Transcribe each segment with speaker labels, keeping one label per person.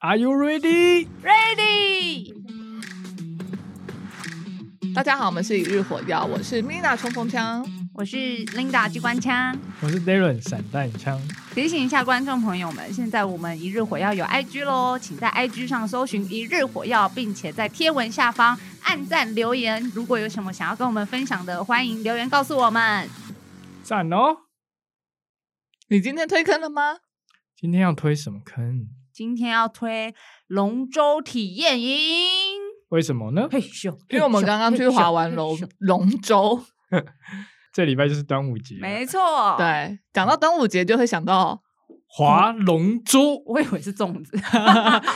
Speaker 1: Are you ready？
Speaker 2: Ready！大家好，我们是一日火药，我是 Mina 冲锋枪。
Speaker 3: 我是 Linda 机关枪，
Speaker 1: 我是 Darren 散弹枪。
Speaker 3: 提醒一下观众朋友们，现在我们一日火药有 IG 喽，请在 IG 上搜寻一日火药，并且在贴文下方按赞留言。如果有什么想要跟我们分享的，欢迎留言告诉我们。
Speaker 1: 赞哦！
Speaker 2: 你今天推坑了吗？
Speaker 1: 今天要推什么坑？
Speaker 3: 今天要推龙舟体验营，
Speaker 1: 为什么呢？
Speaker 3: 嘿咻！
Speaker 2: 因为我们刚刚去划完龙
Speaker 3: 嘿咻嘿咻
Speaker 2: 龙舟，
Speaker 1: 这礼拜就是端午节，
Speaker 3: 没错，，
Speaker 2: 对，讲到端午节就会想 到，
Speaker 1: 划龙舟。
Speaker 3: 我以为是粽子。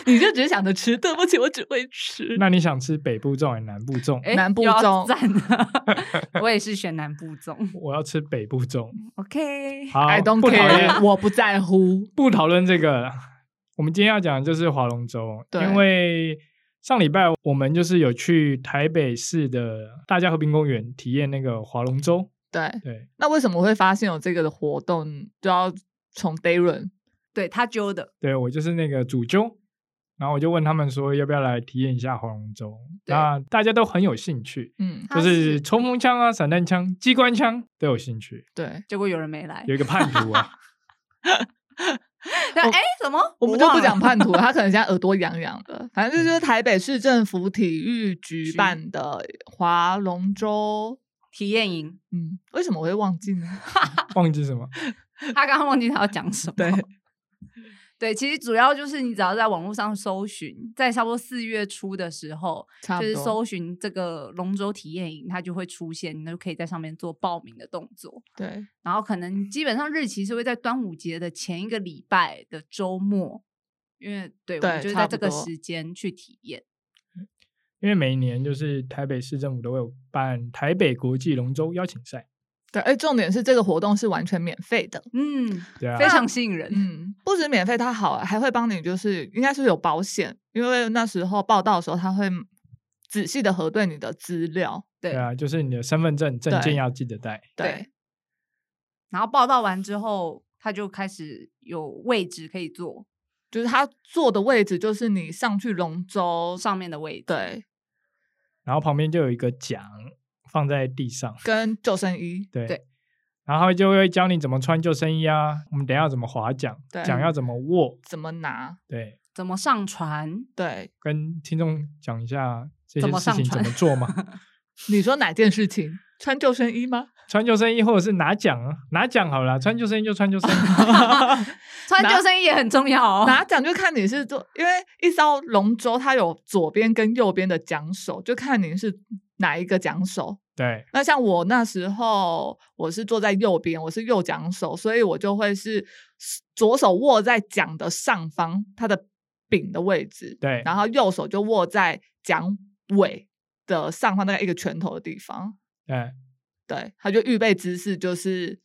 Speaker 2: 你就只想着吃，对不起，我只会吃。
Speaker 1: 那你想吃北部粽还是南部粽？
Speaker 3: 诶
Speaker 2: 南部
Speaker 3: 哎又要
Speaker 2: 粽
Speaker 3: 赞 了，我也是选南部粽。
Speaker 1: 我要吃北部粽。
Speaker 3: OK，
Speaker 1: 好
Speaker 2: I don't
Speaker 1: 不讨论
Speaker 2: care，我不 在乎。
Speaker 1: 不讨论这个了。我们今天要讲的就是划龙舟，
Speaker 2: 对
Speaker 1: 因为上礼拜我们就是有去台北市的大家和平公园体验那个划龙舟。
Speaker 2: 对，
Speaker 1: 对，
Speaker 2: 那为什么会发现有这个的活动，就要从 Darren？
Speaker 3: 对他揪的，
Speaker 1: 对我就是那个主揪，然后我就问他们说要不要来体验一下划龙舟，
Speaker 2: 对
Speaker 1: 那大家都很有兴趣。
Speaker 2: 嗯，
Speaker 3: 他
Speaker 1: 就是
Speaker 3: 是
Speaker 1: 冲锋枪啊、散弹枪、机关枪都有兴趣，
Speaker 2: 对，
Speaker 3: 结果有人没来。
Speaker 1: 有一个叛徒啊，
Speaker 3: 对，
Speaker 2: 我
Speaker 3: 哎，什么？
Speaker 2: 哦我们就不啊
Speaker 3: 忘了
Speaker 2: 讲叛徒，他可能现在耳朵痒痒 的。反正这就是台北市政府体育局
Speaker 3: 局
Speaker 2: 办的划龙舟。
Speaker 3: 体验营，
Speaker 2: 嗯，为什么我会忘记呢？
Speaker 1: 忘记什么？
Speaker 3: 他刚刚忘记他要讲什么。
Speaker 2: 对
Speaker 3: 对，其实主要就是你只要在网络上搜寻，在差不多四月初的时候，
Speaker 2: 差
Speaker 3: 就
Speaker 2: 不
Speaker 3: 是
Speaker 2: 多。
Speaker 3: 搜寻这个龙舟体验营，它就会出现，你就可以在上面做报名的动作。
Speaker 2: 对
Speaker 3: 然后可能基本上日期是会在端午节的前一个礼拜的周末，因为对，我
Speaker 2: 对
Speaker 3: 们就是
Speaker 2: 差
Speaker 3: 在
Speaker 2: 不
Speaker 3: 这个
Speaker 2: 多
Speaker 3: 时间去体验。
Speaker 1: 因为每一年就是台北市政府都会有办台北国际龙舟邀请赛，
Speaker 2: 对，哎，重点是这个活动是完全免费的。
Speaker 3: 嗯，
Speaker 1: 对啊
Speaker 3: 非，常吸引人。
Speaker 2: 嗯，不止免费，它好啊还会帮你，就是应该是有保险，因为那时候报道的时候，他会仔细的核对你的资料。
Speaker 3: 对
Speaker 1: 对啊，就是你的身份证、证件
Speaker 2: 对
Speaker 1: 要记得带。
Speaker 2: 对
Speaker 3: 然后报道完之后，他就开始有位置可以坐，
Speaker 2: 就是他坐的位置，就是你上去龙舟
Speaker 3: 上面的位置。
Speaker 2: 对，
Speaker 1: 然后旁边就有一个桨放在地上，
Speaker 2: 跟救生衣，
Speaker 1: 对。
Speaker 3: 对
Speaker 1: 然后就会教你怎么穿救生衣啊，我们等一下要怎么划桨，
Speaker 2: 对
Speaker 1: 桨要怎么握，
Speaker 2: 怎么拿？
Speaker 1: 对，
Speaker 3: 怎么上船？
Speaker 2: 对，
Speaker 1: 跟听众讲一下这些
Speaker 3: 怎么
Speaker 1: 事
Speaker 3: 上
Speaker 1: 情怎
Speaker 3: 船
Speaker 1: 么做嘛。
Speaker 2: 你说哪件事情？穿救生衣吗？
Speaker 1: 穿救生衣或者是拿奖啊，拿奖好了啦，穿救生衣就穿 救生衣。
Speaker 3: 穿
Speaker 2: 拿
Speaker 3: 救生衣也很重要哦。
Speaker 2: 拿奖就看你是做，因为一艘龙舟它有左边跟右边的桨手，就看你是哪一个桨手。
Speaker 1: 对，
Speaker 2: 那像我那时候，我是坐在右边，我是右桨手，所以我就会是左手握在桨的上方，它的柄的位置，
Speaker 1: 对
Speaker 2: 然后右手就握在桨尾的上方，大概一个拳头的地方。
Speaker 1: 对，
Speaker 2: 对，他就预备姿势就是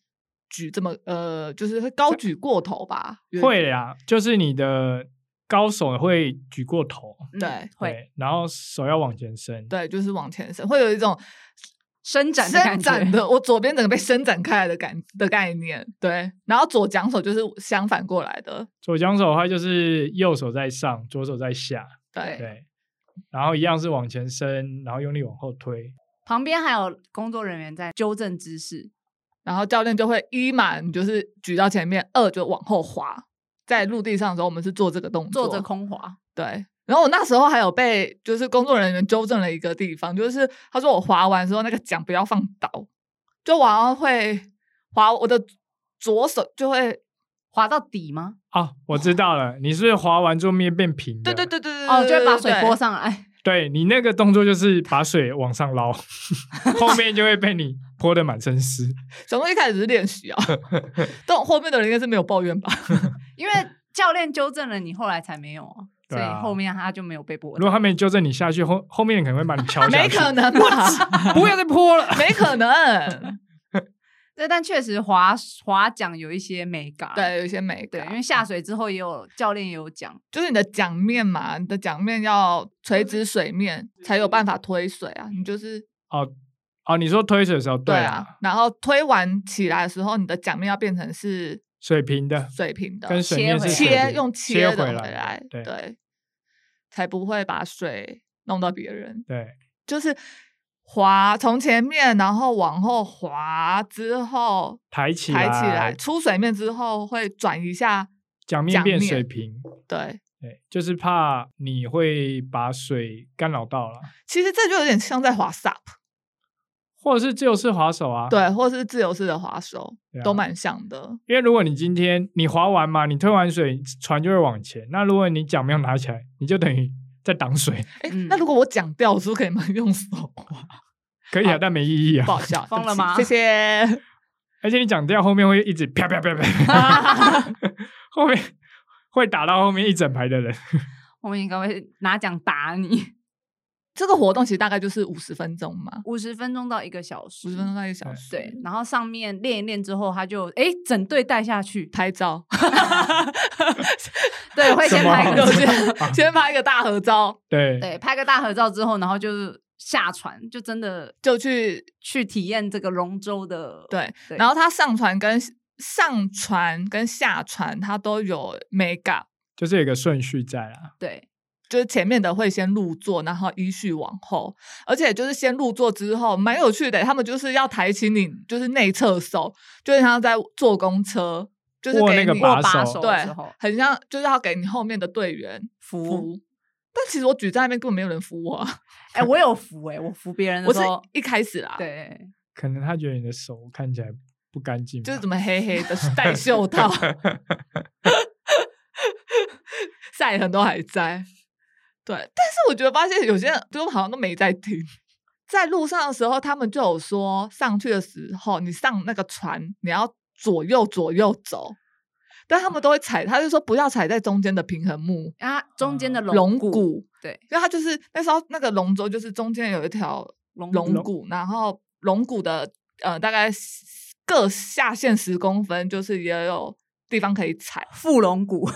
Speaker 2: 举这么呃，就是会高举过头吧？
Speaker 1: 会啦，就是你的高手会举过头，
Speaker 3: 嗯
Speaker 2: 对
Speaker 3: 会
Speaker 1: 对，然后手要往前伸，
Speaker 2: 对，就是往前伸，会有一种
Speaker 3: 伸展的
Speaker 2: 伸
Speaker 3: 感觉
Speaker 2: 展的，我左边整个被伸展开来的感的概念。对，然后左桨手就是相反过来的。
Speaker 1: 左桨手的话就是右手在上，左手在下，
Speaker 2: 对，
Speaker 1: 对，然后一样是往前伸，然后用力往后推，
Speaker 3: 旁边还有工作人员在纠正姿势，
Speaker 2: 然后教练就会一嘛，你就是举到前面，二就往后滑。在陆地上的时候，我们是做这个动作，
Speaker 3: 坐着空滑。
Speaker 2: 对。然后我那时候还有被就是工作人员纠正了一个地方，就是他说我划完之后那个桨不要放倒，就我好像会划我的左手就会，
Speaker 3: 滑到底吗？
Speaker 1: 哦，我知道了，你是划完之后面变平的，
Speaker 2: 对对对对对，
Speaker 3: 哦，就会把
Speaker 2: 对
Speaker 3: 水泼。上来。
Speaker 1: 对你那个动作就是把水往上捞， 后面就会被你泼的满身湿。
Speaker 2: 对小东一开始只是练习啊，但我后面的人应该是没有抱怨吧？
Speaker 3: 因为教练纠正了你，后来才没有啊，
Speaker 1: 对
Speaker 3: 所
Speaker 1: 啊
Speaker 3: 以后面他就没有被剥
Speaker 1: 如果
Speaker 3: 夺。
Speaker 1: 他没纠正你下去，后后面可能会把你敲下
Speaker 2: 没
Speaker 1: 去。
Speaker 2: 可能吧？
Speaker 1: 不要再泼了。
Speaker 2: 没可能。
Speaker 3: 对，但确实滑滑桨有一些美感。
Speaker 2: 对，啊有一些美
Speaker 3: 对，
Speaker 2: 感，
Speaker 3: 因为下水之后也有教练也有讲，
Speaker 2: 就是你的桨面嘛，你的桨面要垂直水面才有办法推水啊。你就是
Speaker 1: 哦哦，你说推水的时候，
Speaker 2: 对
Speaker 1: 啊，
Speaker 2: 啊，然后推完起来的时候，你的桨面要变成是
Speaker 1: 水平的
Speaker 2: 水平的，
Speaker 1: 跟水面是
Speaker 3: 切
Speaker 1: 水平
Speaker 2: 切用
Speaker 1: 切
Speaker 2: 的
Speaker 1: 回
Speaker 2: 来，
Speaker 1: 对，
Speaker 2: 对才不会把水弄到别人。
Speaker 1: 对，
Speaker 2: 就是滑从前面，然后往后滑之后
Speaker 1: 抬起
Speaker 2: 抬起来，出水面之后会转一下。
Speaker 1: 桨面
Speaker 2: 桨
Speaker 1: 变
Speaker 2: 面
Speaker 1: 水平，
Speaker 2: 对，
Speaker 1: 对，就是怕你会把水干扰到了，
Speaker 2: 其实这就有点像在滑 SUP，
Speaker 1: 或者是自由式滑手啊，
Speaker 2: 对，或是自由式的滑手，
Speaker 1: 对啊
Speaker 2: 都蛮像的。
Speaker 1: 因为如果你今天你划完嘛，你推完水，船就会往前。那如果你桨没有拿起来，你就等于在挡水，
Speaker 2: 哎、
Speaker 3: 嗯
Speaker 2: 那如果我讲掉，我是不是可以们用手啊？
Speaker 1: 可以啊，但没意义啊
Speaker 2: 不。好笑，对不
Speaker 3: 疯了
Speaker 2: 起
Speaker 3: 吗
Speaker 2: 谢谢。
Speaker 1: 而且你讲掉后面会一直啪啪啪啪， 后面会打到后面一整排的人。
Speaker 3: 我们应该会拿奖打你，
Speaker 2: 这个活动其实大概就是五十分钟嘛，
Speaker 3: 五十分钟到一个小时，
Speaker 2: 五十分钟到一个小时。
Speaker 3: 对，然后上面练一练之后，他就哎整队带下去，
Speaker 2: 拍 照，
Speaker 3: 对，会先
Speaker 1: 什么
Speaker 3: 拍一个
Speaker 2: 有 些
Speaker 1: 啊
Speaker 2: 先拍一个大合照，
Speaker 1: 对
Speaker 3: 对，拍个大合照之后，然后就是下船，就真的
Speaker 2: 就去
Speaker 3: 去体验这个龙舟的。
Speaker 2: 对，
Speaker 3: 对
Speaker 2: 然后他上船跟上船跟下船，他都有 make up，
Speaker 1: 就是有一个顺序在啦。
Speaker 3: 对，
Speaker 2: 就是前面的会先入座，然后依序往后，而且就是先入座之后，蛮有趣的。他们就是要抬起你，就是内侧手，就是像在坐公车，就是
Speaker 1: 握
Speaker 2: 给
Speaker 1: 那个
Speaker 2: 你
Speaker 1: 把
Speaker 3: 握把
Speaker 1: 手
Speaker 3: 手的
Speaker 2: 对
Speaker 3: 时候，
Speaker 2: 很像就是要给你后面的队员
Speaker 3: 扶，
Speaker 2: 扶。但其实我举在那边根本没有人扶我啊，
Speaker 3: 哎，我有扶，哎，我扶别人的
Speaker 2: 我
Speaker 3: 时
Speaker 2: 是
Speaker 3: 候，
Speaker 2: 一开始啦，，
Speaker 3: 对，
Speaker 1: 可能他觉得你的手看起来不干净吧，
Speaker 2: 就是怎么黑黑的，戴 袖套，晒痕都还在。对，但是我觉得发现有些人就好像都没在听。在路上的时候，他们就有说，上去的时候你上那个船，你要左右左右走，但他们都会踩，他就说不要踩在中间的平衡木
Speaker 3: 啊，中间的
Speaker 2: 龙
Speaker 3: 骨，
Speaker 2: 骨，
Speaker 3: 对，
Speaker 2: 因为他就是那时候那个龙舟就是中间有一条
Speaker 3: 龙
Speaker 2: 龙
Speaker 3: 骨
Speaker 2: 骨，然后龙骨的呃大概各下限十公分，就是也有地方可以踩
Speaker 3: 腹龙 骨，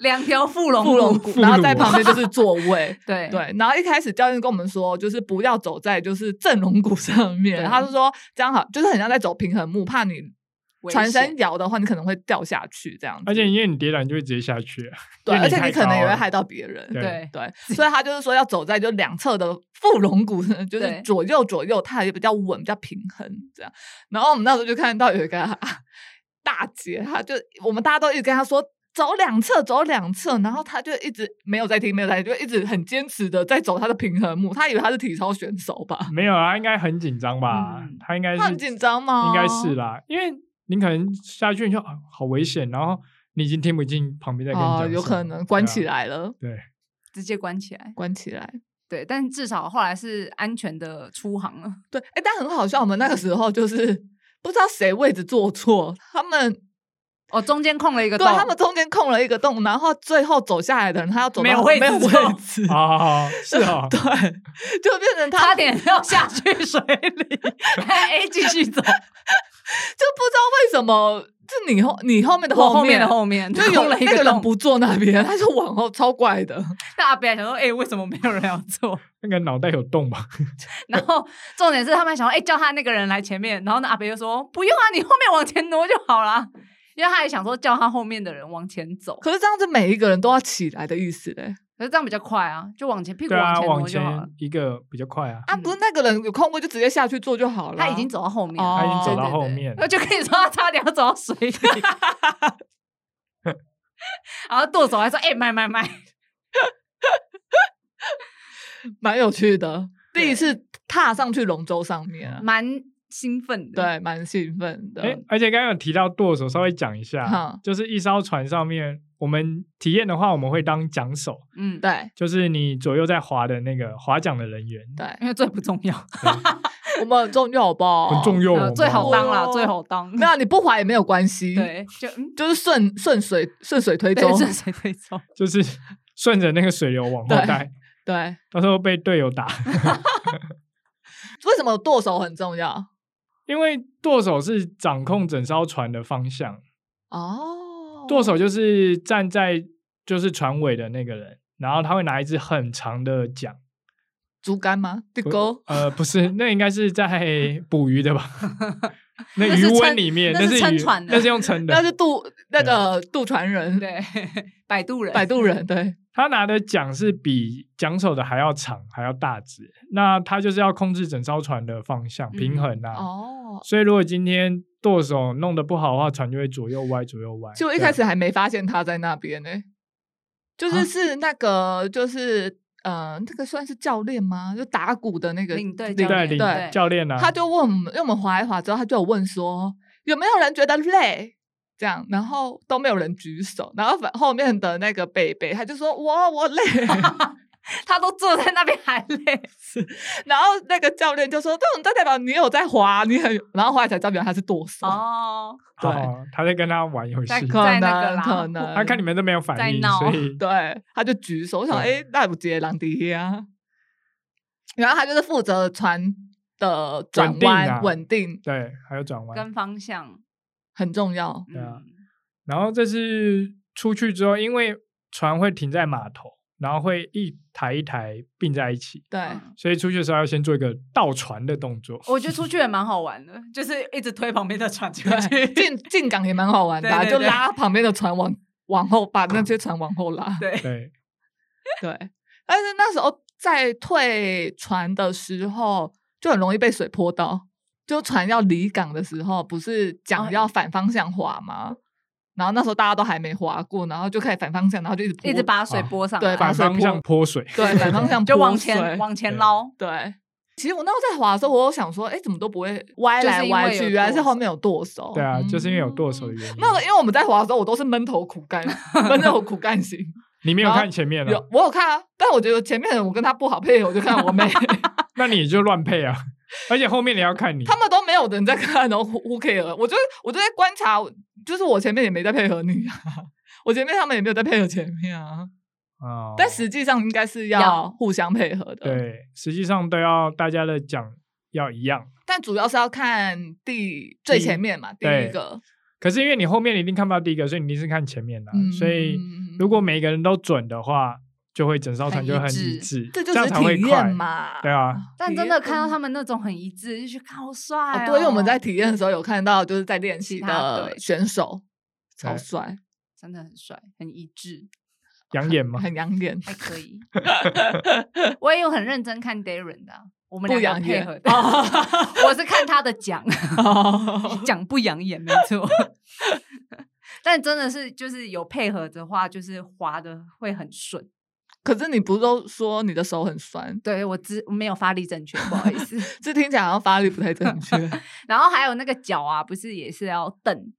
Speaker 3: 两条腹龙
Speaker 2: 富龙
Speaker 3: 骨，。
Speaker 2: 然后在
Speaker 1: 副乳
Speaker 2: 旁边 就是座位
Speaker 3: 对
Speaker 2: 对，然后一开始教练跟我们说，就是不要走在就是正龙骨上面，
Speaker 3: 对
Speaker 2: 他就说这样好，就是很像在走平衡木，怕你
Speaker 3: 危
Speaker 2: 船身
Speaker 3: 险
Speaker 2: 摇的话，你可能会掉下去这样子。
Speaker 1: 而且因为你跌倒，你就会直接下去啊。
Speaker 2: 对，
Speaker 1: 因为
Speaker 2: 而
Speaker 1: 你
Speaker 2: 且
Speaker 1: 太
Speaker 2: 你可能
Speaker 1: 高
Speaker 2: 也会
Speaker 1: 了
Speaker 2: 害到别人。
Speaker 1: 对
Speaker 3: 对
Speaker 2: 对，所以他就是说要走在就两侧的副龙骨，就是
Speaker 3: 对
Speaker 2: 左右左右，它也比较稳，比较平衡这样。然后我们那时候就看到有一个 啊大姐，她就我们大家都一直跟她说。走两侧，走两侧，然后她就一直没有在听，没有在听，就一直很坚持的在走她的平衡木。她以为她是体操选手吧？
Speaker 1: 没有啊，他应该很紧张吧？
Speaker 3: 嗯
Speaker 1: 他应该是
Speaker 2: 她很紧张
Speaker 1: 应
Speaker 2: 吗？
Speaker 1: 该
Speaker 3: 哦
Speaker 1: 是啦，因为你可能下去你就啊好危险，然后你已经听不进旁边在跟你讲、
Speaker 2: 哦，有可能关起、来了，
Speaker 1: 对啊，
Speaker 3: 直接关起来。
Speaker 2: 关起来。
Speaker 3: 对，但至少后来是安全的出航了。
Speaker 2: 对，哎、但很好笑，我们那个时候就是 不知道谁位置坐错，他们
Speaker 3: 哦，中间空了一个
Speaker 2: 对
Speaker 3: 洞，
Speaker 2: 他们中间空了一个洞，然后最后走下来的人他要走
Speaker 3: 没有
Speaker 2: 到
Speaker 3: 位
Speaker 2: 没有
Speaker 3: 置
Speaker 2: 位
Speaker 3: 坐
Speaker 2: 置，
Speaker 1: 对啊，哦，是哦
Speaker 2: 对，就变成他
Speaker 3: 差点要下去水里，哎，继续走，
Speaker 2: 就不知道为什么，就你后你 后面的
Speaker 3: 我后
Speaker 2: 面
Speaker 3: 面的后面
Speaker 2: 就有
Speaker 3: 空了一
Speaker 2: 那
Speaker 3: 个
Speaker 2: 个人
Speaker 3: 洞，
Speaker 2: 不坐那边，他就往后超 怪的，
Speaker 3: 大家本来想说，哎，为什么没有人要做？
Speaker 1: 那个脑袋有洞吧？
Speaker 3: 然后重点是他们还想说，哎、叫他那个人来前面，然后那阿北就说不用啊，你后面往前挪就好啦。因为他也想说叫他后面的人往前走，
Speaker 2: 可是这样子每一个人都要起来的意思嘞。
Speaker 3: 可是这样比较快啊，就往前屁股
Speaker 1: 对啊，
Speaker 3: 往
Speaker 1: 往
Speaker 3: 前挪就好
Speaker 1: 前
Speaker 3: 了。
Speaker 1: 一个比较快啊，
Speaker 2: 啊，不是那个人有空位就直接下去坐就好了。
Speaker 3: 嗯他已经走到后面了，
Speaker 2: 哦
Speaker 1: 他已经走
Speaker 3: 对
Speaker 1: 到
Speaker 3: 对
Speaker 1: 后
Speaker 3: 对
Speaker 1: 面了
Speaker 3: 我就跟你说，他差点要走到 水里，然后剁手还说：“哎、买买买！”
Speaker 2: 蛮有趣的，第
Speaker 3: 对嗯
Speaker 2: 一次踏上去龙舟上面啊，
Speaker 3: 蛮兴奋的。
Speaker 2: 对，蛮兴奋的。
Speaker 1: 哎，而且刚刚有提到舵手，稍微讲一下
Speaker 2: 哈，
Speaker 1: 就是一艘船上面，我们体验的话，我们会当桨手，
Speaker 3: 嗯，对，
Speaker 2: 对
Speaker 1: 就是你左右在划的那个划桨的人员，
Speaker 2: 对，
Speaker 3: 因为最不重要，
Speaker 2: 我们很重要，好不好？
Speaker 1: 很重要
Speaker 3: 呃
Speaker 1: 哦，
Speaker 3: 最好当啦，
Speaker 2: 哦
Speaker 3: 最好当。
Speaker 2: 没有，你不滑也没有关系。，
Speaker 3: 对，就嗯，
Speaker 2: 就是顺顺水顺水推
Speaker 3: 对，
Speaker 2: 舟。
Speaker 3: 顺水推舟。
Speaker 1: 就是 顺着那个水流往后
Speaker 2: 对
Speaker 1: 带，
Speaker 2: 对，
Speaker 1: 到时候被队友打。
Speaker 2: 为什么舵手很重要？
Speaker 1: 因为舵手是掌控整艘船的方向，
Speaker 2: 哦，
Speaker 1: 舵手就是站在就是船尾的那个人，然后他会拿一支很长的桨，
Speaker 2: 竹竿吗？地
Speaker 1: 不
Speaker 2: 钩
Speaker 1: 呃，不是，那应该是 在捕鱼的吧？那
Speaker 3: 那
Speaker 1: 鱼
Speaker 3: 是
Speaker 1: 温
Speaker 3: 撑
Speaker 1: 里面，
Speaker 3: 那
Speaker 1: 那
Speaker 3: 是
Speaker 1: 是
Speaker 3: 撑
Speaker 1: 鱼
Speaker 3: 船的
Speaker 1: 那是用撑的，
Speaker 3: 啊
Speaker 2: 那是渡那个渡船 人，
Speaker 3: 对，摆渡人，
Speaker 2: 摆渡人，对，
Speaker 1: 他拿的桨是比桨手的还要长，还要大只。那他就是要控制整艘船的方向、
Speaker 3: 嗯
Speaker 1: 平衡啊。
Speaker 2: 哦，
Speaker 1: 所以如果今天舵手弄得不好的话，船就会左右歪，左右歪。
Speaker 2: 就一
Speaker 3: 啊
Speaker 1: 对
Speaker 2: 开始还没发现他在那边呢、就是是那个就是呃，那个算是教练吗？就打鼓的那个
Speaker 3: 领队
Speaker 2: 领
Speaker 3: 教
Speaker 1: 对
Speaker 3: 练
Speaker 1: 领
Speaker 2: 对
Speaker 1: 教练啊，
Speaker 2: 他就问我们，因为我们划一划之后，他就有问说有没有人觉得累。这样，然后都没有人举手，然后反后面的那个贝贝他就说我我累，
Speaker 3: 他都坐在那边还累，
Speaker 2: 然后那个教练就说这种代表你有在滑，你很，然后后来才知道原来他是舵手，
Speaker 3: 哦，
Speaker 2: 对
Speaker 1: 哦他在跟他玩游戏
Speaker 3: 在，
Speaker 2: 可
Speaker 3: 在
Speaker 2: 能
Speaker 3: 那个啦
Speaker 2: 可能
Speaker 1: 他啊看你们都没有反应，
Speaker 3: 在闹
Speaker 1: 所以
Speaker 2: 对，他就举手，我想，哎、
Speaker 1: 对
Speaker 2: 欸，那不接狼迪啊？然后他就是负责船的转
Speaker 1: 稳定啊
Speaker 2: 弯稳定
Speaker 1: 对还有转弯。
Speaker 3: 跟方向，
Speaker 2: 很重要。
Speaker 1: 对啊
Speaker 3: 嗯，
Speaker 1: 然后这次出去之后，因为船会停在码头，然后会一台一台并在一起，
Speaker 2: 对，
Speaker 3: 嗯
Speaker 1: 所以出去的时候要先做一个倒船的动作。
Speaker 3: 我觉得出去也蛮好玩的， 就是一直推旁边的船出
Speaker 2: 对，
Speaker 3: 去，
Speaker 2: 进进港也蛮好玩的啊、
Speaker 3: 对对
Speaker 2: 就
Speaker 3: 对
Speaker 2: 拉旁边的船往往后，把 那些船往后拉。
Speaker 3: 对，
Speaker 1: 对，
Speaker 2: 对，但是那时候在退船的时候，就很容易被水泼到。就船要离港的时候，不是
Speaker 3: 哦
Speaker 2: 讲要反方向划吗？然后那时候大家都还没划过，然后就开始反方向，然后就一直泼
Speaker 3: 一直把水拨上来，嗯
Speaker 2: 对把
Speaker 1: 反
Speaker 2: 水
Speaker 1: 方向泼水，
Speaker 2: 对反方向
Speaker 3: 就往
Speaker 2: 泼
Speaker 3: 前
Speaker 2: 水
Speaker 3: 往前
Speaker 1: 对
Speaker 3: 捞，
Speaker 2: 对，其实我那时候在滑的时候，我有想说，哎，怎么都不会歪
Speaker 3: 就是
Speaker 2: 来
Speaker 3: 因
Speaker 2: 歪
Speaker 3: 为有
Speaker 2: 去，原来是
Speaker 3: 舵
Speaker 2: 后
Speaker 3: 手
Speaker 2: 面有舵手。
Speaker 1: 对啊，就是因为有舵手的
Speaker 2: 嗯
Speaker 1: 原因。
Speaker 2: 那个，因为我们在滑的时候，我都是闷头苦 干，闷头苦干型。
Speaker 1: 你没有
Speaker 2: 然后
Speaker 1: 看前面啊
Speaker 2: 有，我有看啊，但我觉得前面的人我跟他不好配合，我就看我 妹，
Speaker 1: 那你就乱配啊，而且后面你要看你
Speaker 2: 他。们都没有人在看，然后 who who care？我就我就在观察，就是我前面也没在配合你 啊，我前面他们也没有在配合前面啊，
Speaker 1: 哦
Speaker 2: 但实际上应该是
Speaker 3: 要
Speaker 2: 要互相配合的。，
Speaker 1: 对，实际上都要大家的讲要一样。
Speaker 2: 但主要是要看第最
Speaker 1: 第一
Speaker 2: 前面嘛，第
Speaker 1: 对
Speaker 2: 一个。
Speaker 1: 可是因为你后面你一定看不到第一个，所以你一定是看前面的啊、
Speaker 2: 嗯
Speaker 1: 所以
Speaker 2: 嗯嗯
Speaker 1: 如果每个人都准的话，就会整艘船
Speaker 3: 很
Speaker 1: 就
Speaker 3: 一
Speaker 1: 很一
Speaker 3: 致
Speaker 1: 致，
Speaker 2: 这就
Speaker 1: 样
Speaker 2: 是
Speaker 1: 才会
Speaker 2: 体
Speaker 1: 快
Speaker 2: 验。嘛。
Speaker 1: 对啊，
Speaker 3: 但
Speaker 2: 体
Speaker 3: 真
Speaker 2: 验
Speaker 3: 的看到他们那种很一致，就觉得好
Speaker 2: 哦
Speaker 3: 帅、哦
Speaker 2: 对，因为我们在体验的时候有看到，就是在练习
Speaker 3: 其他
Speaker 2: 的
Speaker 3: 队
Speaker 2: 选手超
Speaker 1: 对
Speaker 2: 帅，
Speaker 3: 真的很帅，很一致，
Speaker 1: 养眼嘛，
Speaker 2: 很养眼，
Speaker 3: 还可 以。我也有很认真看 Darren 的啊、我们
Speaker 2: 不
Speaker 3: 两
Speaker 2: 养
Speaker 3: 个配
Speaker 2: 眼
Speaker 3: 合的。我是看他的奖， 奖不养眼，没错。 但真的是就是有配合的话，就是滑的会很顺。
Speaker 2: 可是你不是都说你的手很酸？
Speaker 3: 对我知没有发力正确，不好意思。
Speaker 2: 这听起来好像发力不太正 确。
Speaker 3: 然后还有那个脚啊，不是也是要蹬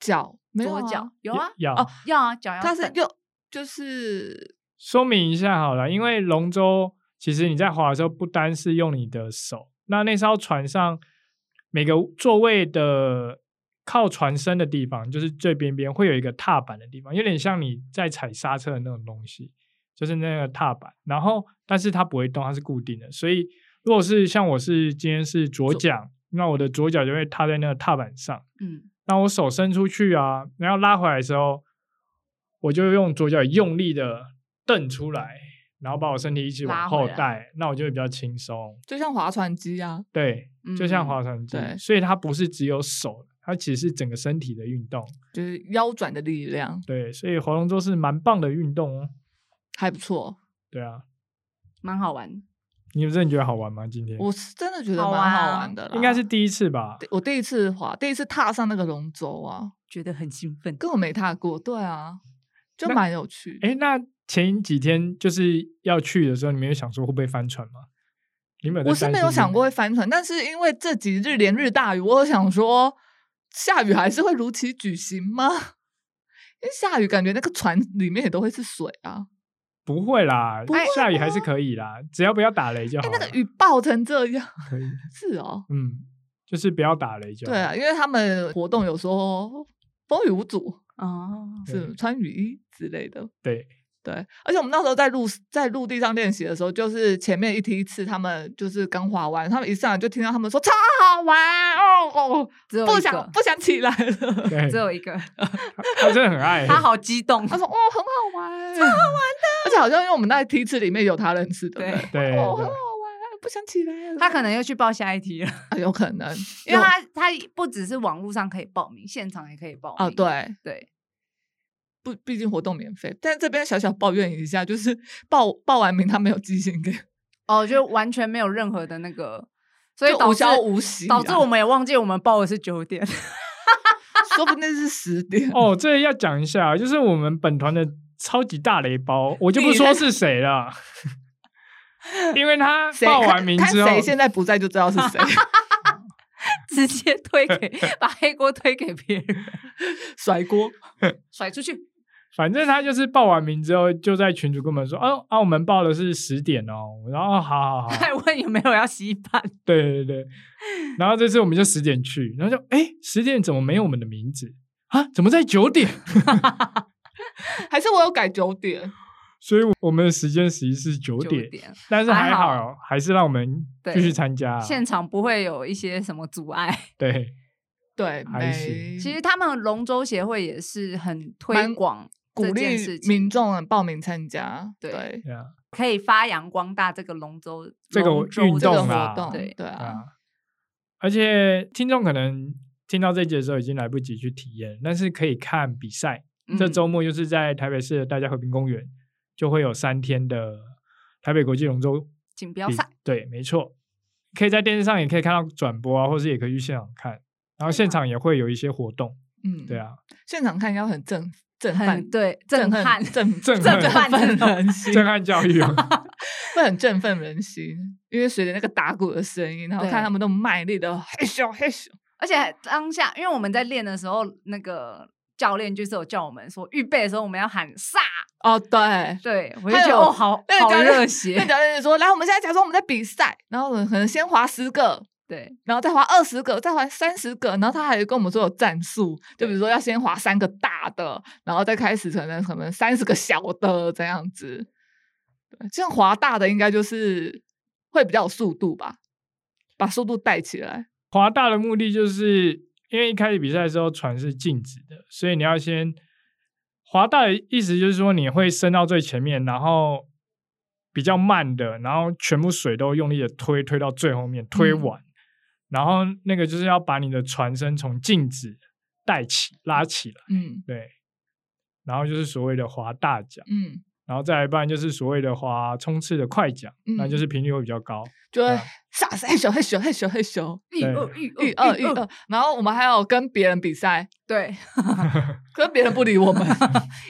Speaker 2: 脚没有
Speaker 3: 左
Speaker 2: 啊
Speaker 3: 脚，，有啊，
Speaker 1: 要、
Speaker 2: 哦
Speaker 3: 要啊，脚要
Speaker 2: 它是
Speaker 3: 蹬
Speaker 2: 右，就是
Speaker 1: 说明一下好了，因为龙舟其实你在划的时候，不单是用你的手，那那艘船上每个座位的靠船身的地方，就是最边边会有一个踏板的地方，有点像你在踩刹车的那种东西，就是那个踏板。然后，但是它不会动，它是固定的。所以，如果是像我是今天是左桨，那我的左脚就会踏在那个踏板上。
Speaker 3: 嗯，
Speaker 1: 那我手伸出去啊，然后拉回来的时候，我就用左脚用力的蹬出来，然后把我身体一起往后
Speaker 3: 拉回
Speaker 1: 带，那我就会比较轻松。
Speaker 2: 就像划船机啊，
Speaker 1: 对，就像
Speaker 3: 嗯
Speaker 1: 划船机，
Speaker 2: 对
Speaker 1: 所以它不是只有手，它其实是整个身体的运动。
Speaker 2: 就是腰转的力量
Speaker 1: 对，所以划龙舟是蛮棒的运动哦。
Speaker 2: 还不错，
Speaker 1: 对啊，
Speaker 3: 蛮好玩。
Speaker 1: 你们真的觉得好玩吗？今天
Speaker 2: 我是真的觉得
Speaker 3: 好
Speaker 2: 蛮
Speaker 3: 玩
Speaker 2: 好
Speaker 3: 啊
Speaker 2: 玩的啦。
Speaker 1: 应该是第一次吧？
Speaker 2: 我第一次滑，第一次踏上那个龙舟啊，
Speaker 3: 觉得很兴奋，
Speaker 2: 根本没踏过，对啊，就
Speaker 1: 那
Speaker 2: 蛮有趣。
Speaker 1: 哎，那前几天就是要去的时候，你们有想说会不会翻船吗？你们有在
Speaker 2: 我是
Speaker 1: 担
Speaker 2: 没
Speaker 1: 心
Speaker 2: 有
Speaker 1: 这
Speaker 2: 想
Speaker 1: 个
Speaker 2: 过会翻船，但是因为这几日连日大雨，我有想说下雨还是会如期举行吗？因为下雨感觉那个船里面也都会是水啊，
Speaker 1: 不会啦，
Speaker 2: 不会
Speaker 1: 下雨还是可以啦，只要不要打雷就好
Speaker 2: 哎、
Speaker 1: 了。
Speaker 2: 那个雨爆成这样，
Speaker 1: 可以，
Speaker 2: 是哦，
Speaker 1: 嗯，就是不要打雷就好。
Speaker 2: 对啊，因为他们活动有说风雨无阻，
Speaker 3: 哦，
Speaker 1: 对
Speaker 2: 是穿雨衣之类的。
Speaker 1: 对，
Speaker 2: 对，而且我们那时候在陆在陆地上练习的时候，就是前面一梯次，他们就是刚滑完，他们一上来就听到他们说超好玩哦哦，
Speaker 3: 只有
Speaker 2: 不
Speaker 3: 一
Speaker 2: 想
Speaker 3: 个
Speaker 2: 不想起来了。
Speaker 1: 对，
Speaker 3: 只有一个，
Speaker 1: 他他真的很爱，
Speaker 3: 他好激动，
Speaker 2: 哎他说：“哦，很好玩，超好玩的。” 而且好像因为我们那梯次里面有他认识的 人，
Speaker 3: 对
Speaker 1: 对，
Speaker 2: 哦，很
Speaker 1: 对
Speaker 2: 好玩，不想起来了。
Speaker 3: 他可能又去报下一题了，
Speaker 2: 啊有可 能，
Speaker 3: 因
Speaker 1: 哦
Speaker 3: 为他他不只是网络上可以报名，现场也可以报名。
Speaker 2: 哦，对
Speaker 3: 对，
Speaker 2: 不，毕竟活动免费。但这边小小抱怨一下，就是报报完名他没有寄信给，
Speaker 3: 哦，就完全没有任何的那个，所以
Speaker 2: 就
Speaker 3: 导
Speaker 2: 无
Speaker 3: 致
Speaker 2: 消无息、啊
Speaker 3: 导致
Speaker 1: 啊
Speaker 3: 我，们也忘记我们报的是九点。
Speaker 2: 说不定是十点。
Speaker 1: 哦，这要讲一下，就是我们本团的超级大雷 包，我就不
Speaker 2: 你
Speaker 1: 说
Speaker 2: 在
Speaker 1: 是谁了， 因为他
Speaker 2: 谁
Speaker 1: 报完
Speaker 2: 看
Speaker 1: 名
Speaker 2: 看
Speaker 1: 之后，
Speaker 2: 谁现在不在就知道是 谁，
Speaker 3: 直接推 给把黑锅推给别人，
Speaker 2: 甩锅。
Speaker 3: 甩出去。
Speaker 1: 反正他就是报完名之后，就在群主跟我们说，哦啊，我们报的是十点哦，然后哦好好 好，
Speaker 3: 还问有没有要洗版？
Speaker 1: 对对对，然后这次我们就十点去，然后就哎十点怎么没有我们的名字啊？怎么在九点？
Speaker 2: 还是我有改九点，
Speaker 1: 所以我们的时间实际是九
Speaker 3: 九
Speaker 1: 点，
Speaker 3: 点，
Speaker 1: 但是还
Speaker 3: 还好
Speaker 1: 好哦，还是让我们继续
Speaker 3: 对
Speaker 1: 参加啊、
Speaker 3: 现场不会有一些什么阻碍。
Speaker 1: 对
Speaker 2: 对，
Speaker 1: 还
Speaker 2: 没。
Speaker 1: 行
Speaker 3: 其实他们龙舟协会也是很推
Speaker 2: 蛮
Speaker 3: 广
Speaker 2: 鼓
Speaker 3: 这件事
Speaker 2: 励
Speaker 3: 情，
Speaker 2: 民众啊报名参加，
Speaker 3: 对
Speaker 2: 对
Speaker 1: 对啊
Speaker 3: 可以发扬光大这个龙舟
Speaker 1: 这个
Speaker 3: 龙舟
Speaker 1: 运
Speaker 2: 这
Speaker 3: 这
Speaker 2: 个
Speaker 1: 动
Speaker 2: 活
Speaker 1: 啦
Speaker 2: 动，
Speaker 3: 对
Speaker 2: 对
Speaker 1: 对
Speaker 2: 啊
Speaker 1: 啊，，而且听众可能听到这一集的时候已经来不及去体验，但是可以看比赛。这
Speaker 3: 嗯
Speaker 1: 周末就是在台北市的大家和平公园，就会有三天的台北国际龙舟
Speaker 3: 锦标
Speaker 1: 比
Speaker 3: 赛。
Speaker 1: 对，没错，可以在电视上也可以看到转播啊，或是也可以去现场看。然后现场也会有一些活动，
Speaker 2: 嗯，
Speaker 1: 对，啊，
Speaker 2: 现场看要很震震撼
Speaker 3: 很，对，震
Speaker 2: 震
Speaker 3: 撼
Speaker 2: 撼，震
Speaker 1: 震撼
Speaker 2: 震
Speaker 3: 震撼
Speaker 2: 人心，
Speaker 1: 震撼教育、啊。
Speaker 2: 会很振奋人心，因为随着那个打鼓的声音，然后
Speaker 3: 对
Speaker 2: 看他们都卖力的嘿咻嘿咻，
Speaker 3: 而且当下，因为我们在练的时候，那个教练就是有叫我们说，预备的时候我们要喊“煞
Speaker 2: 哦，对”，。
Speaker 3: 对我就
Speaker 2: 还
Speaker 3: 觉得
Speaker 2: 有
Speaker 3: 哦，好
Speaker 2: 那个
Speaker 3: 好
Speaker 2: 教练
Speaker 3: 热血
Speaker 2: 那，教练就说：“来，我们现在假装我们在比赛，然后我们可能先划十个，
Speaker 3: 对
Speaker 2: 然后再划二十个，再划三十个，然后他还跟我们说有战术，就比如说要先划三个大的，然后再开始可能可能三十个小的这样子。对，这样划大的应该就是会比较有速度吧，把速度带起来。
Speaker 1: 华大的目的就是因为一开始比赛的时候船是静止的，所以你要先华大的意思就是说你会升到最前面，然后比较慢的，然后全部水都用力的推，推到最后面推完，然后那个就是要把你的船身从静止带起拉起来，
Speaker 2: 嗯
Speaker 1: 对，然后就是所谓的华大奖，
Speaker 2: 嗯，
Speaker 1: 然后再来一半就是所谓的华冲刺的快奖，
Speaker 2: 嗯哦
Speaker 1: 那就是频率会比较高，
Speaker 2: 就会
Speaker 1: 啊
Speaker 2: 傻死嘿咻嘿咻嘿咻嘿咻，
Speaker 3: 一
Speaker 1: 对
Speaker 3: 二一
Speaker 2: 一
Speaker 1: 嗯
Speaker 2: 二一二，，然后我们还有跟别人比赛，
Speaker 3: 呃对，
Speaker 2: 可是别人不 理我们，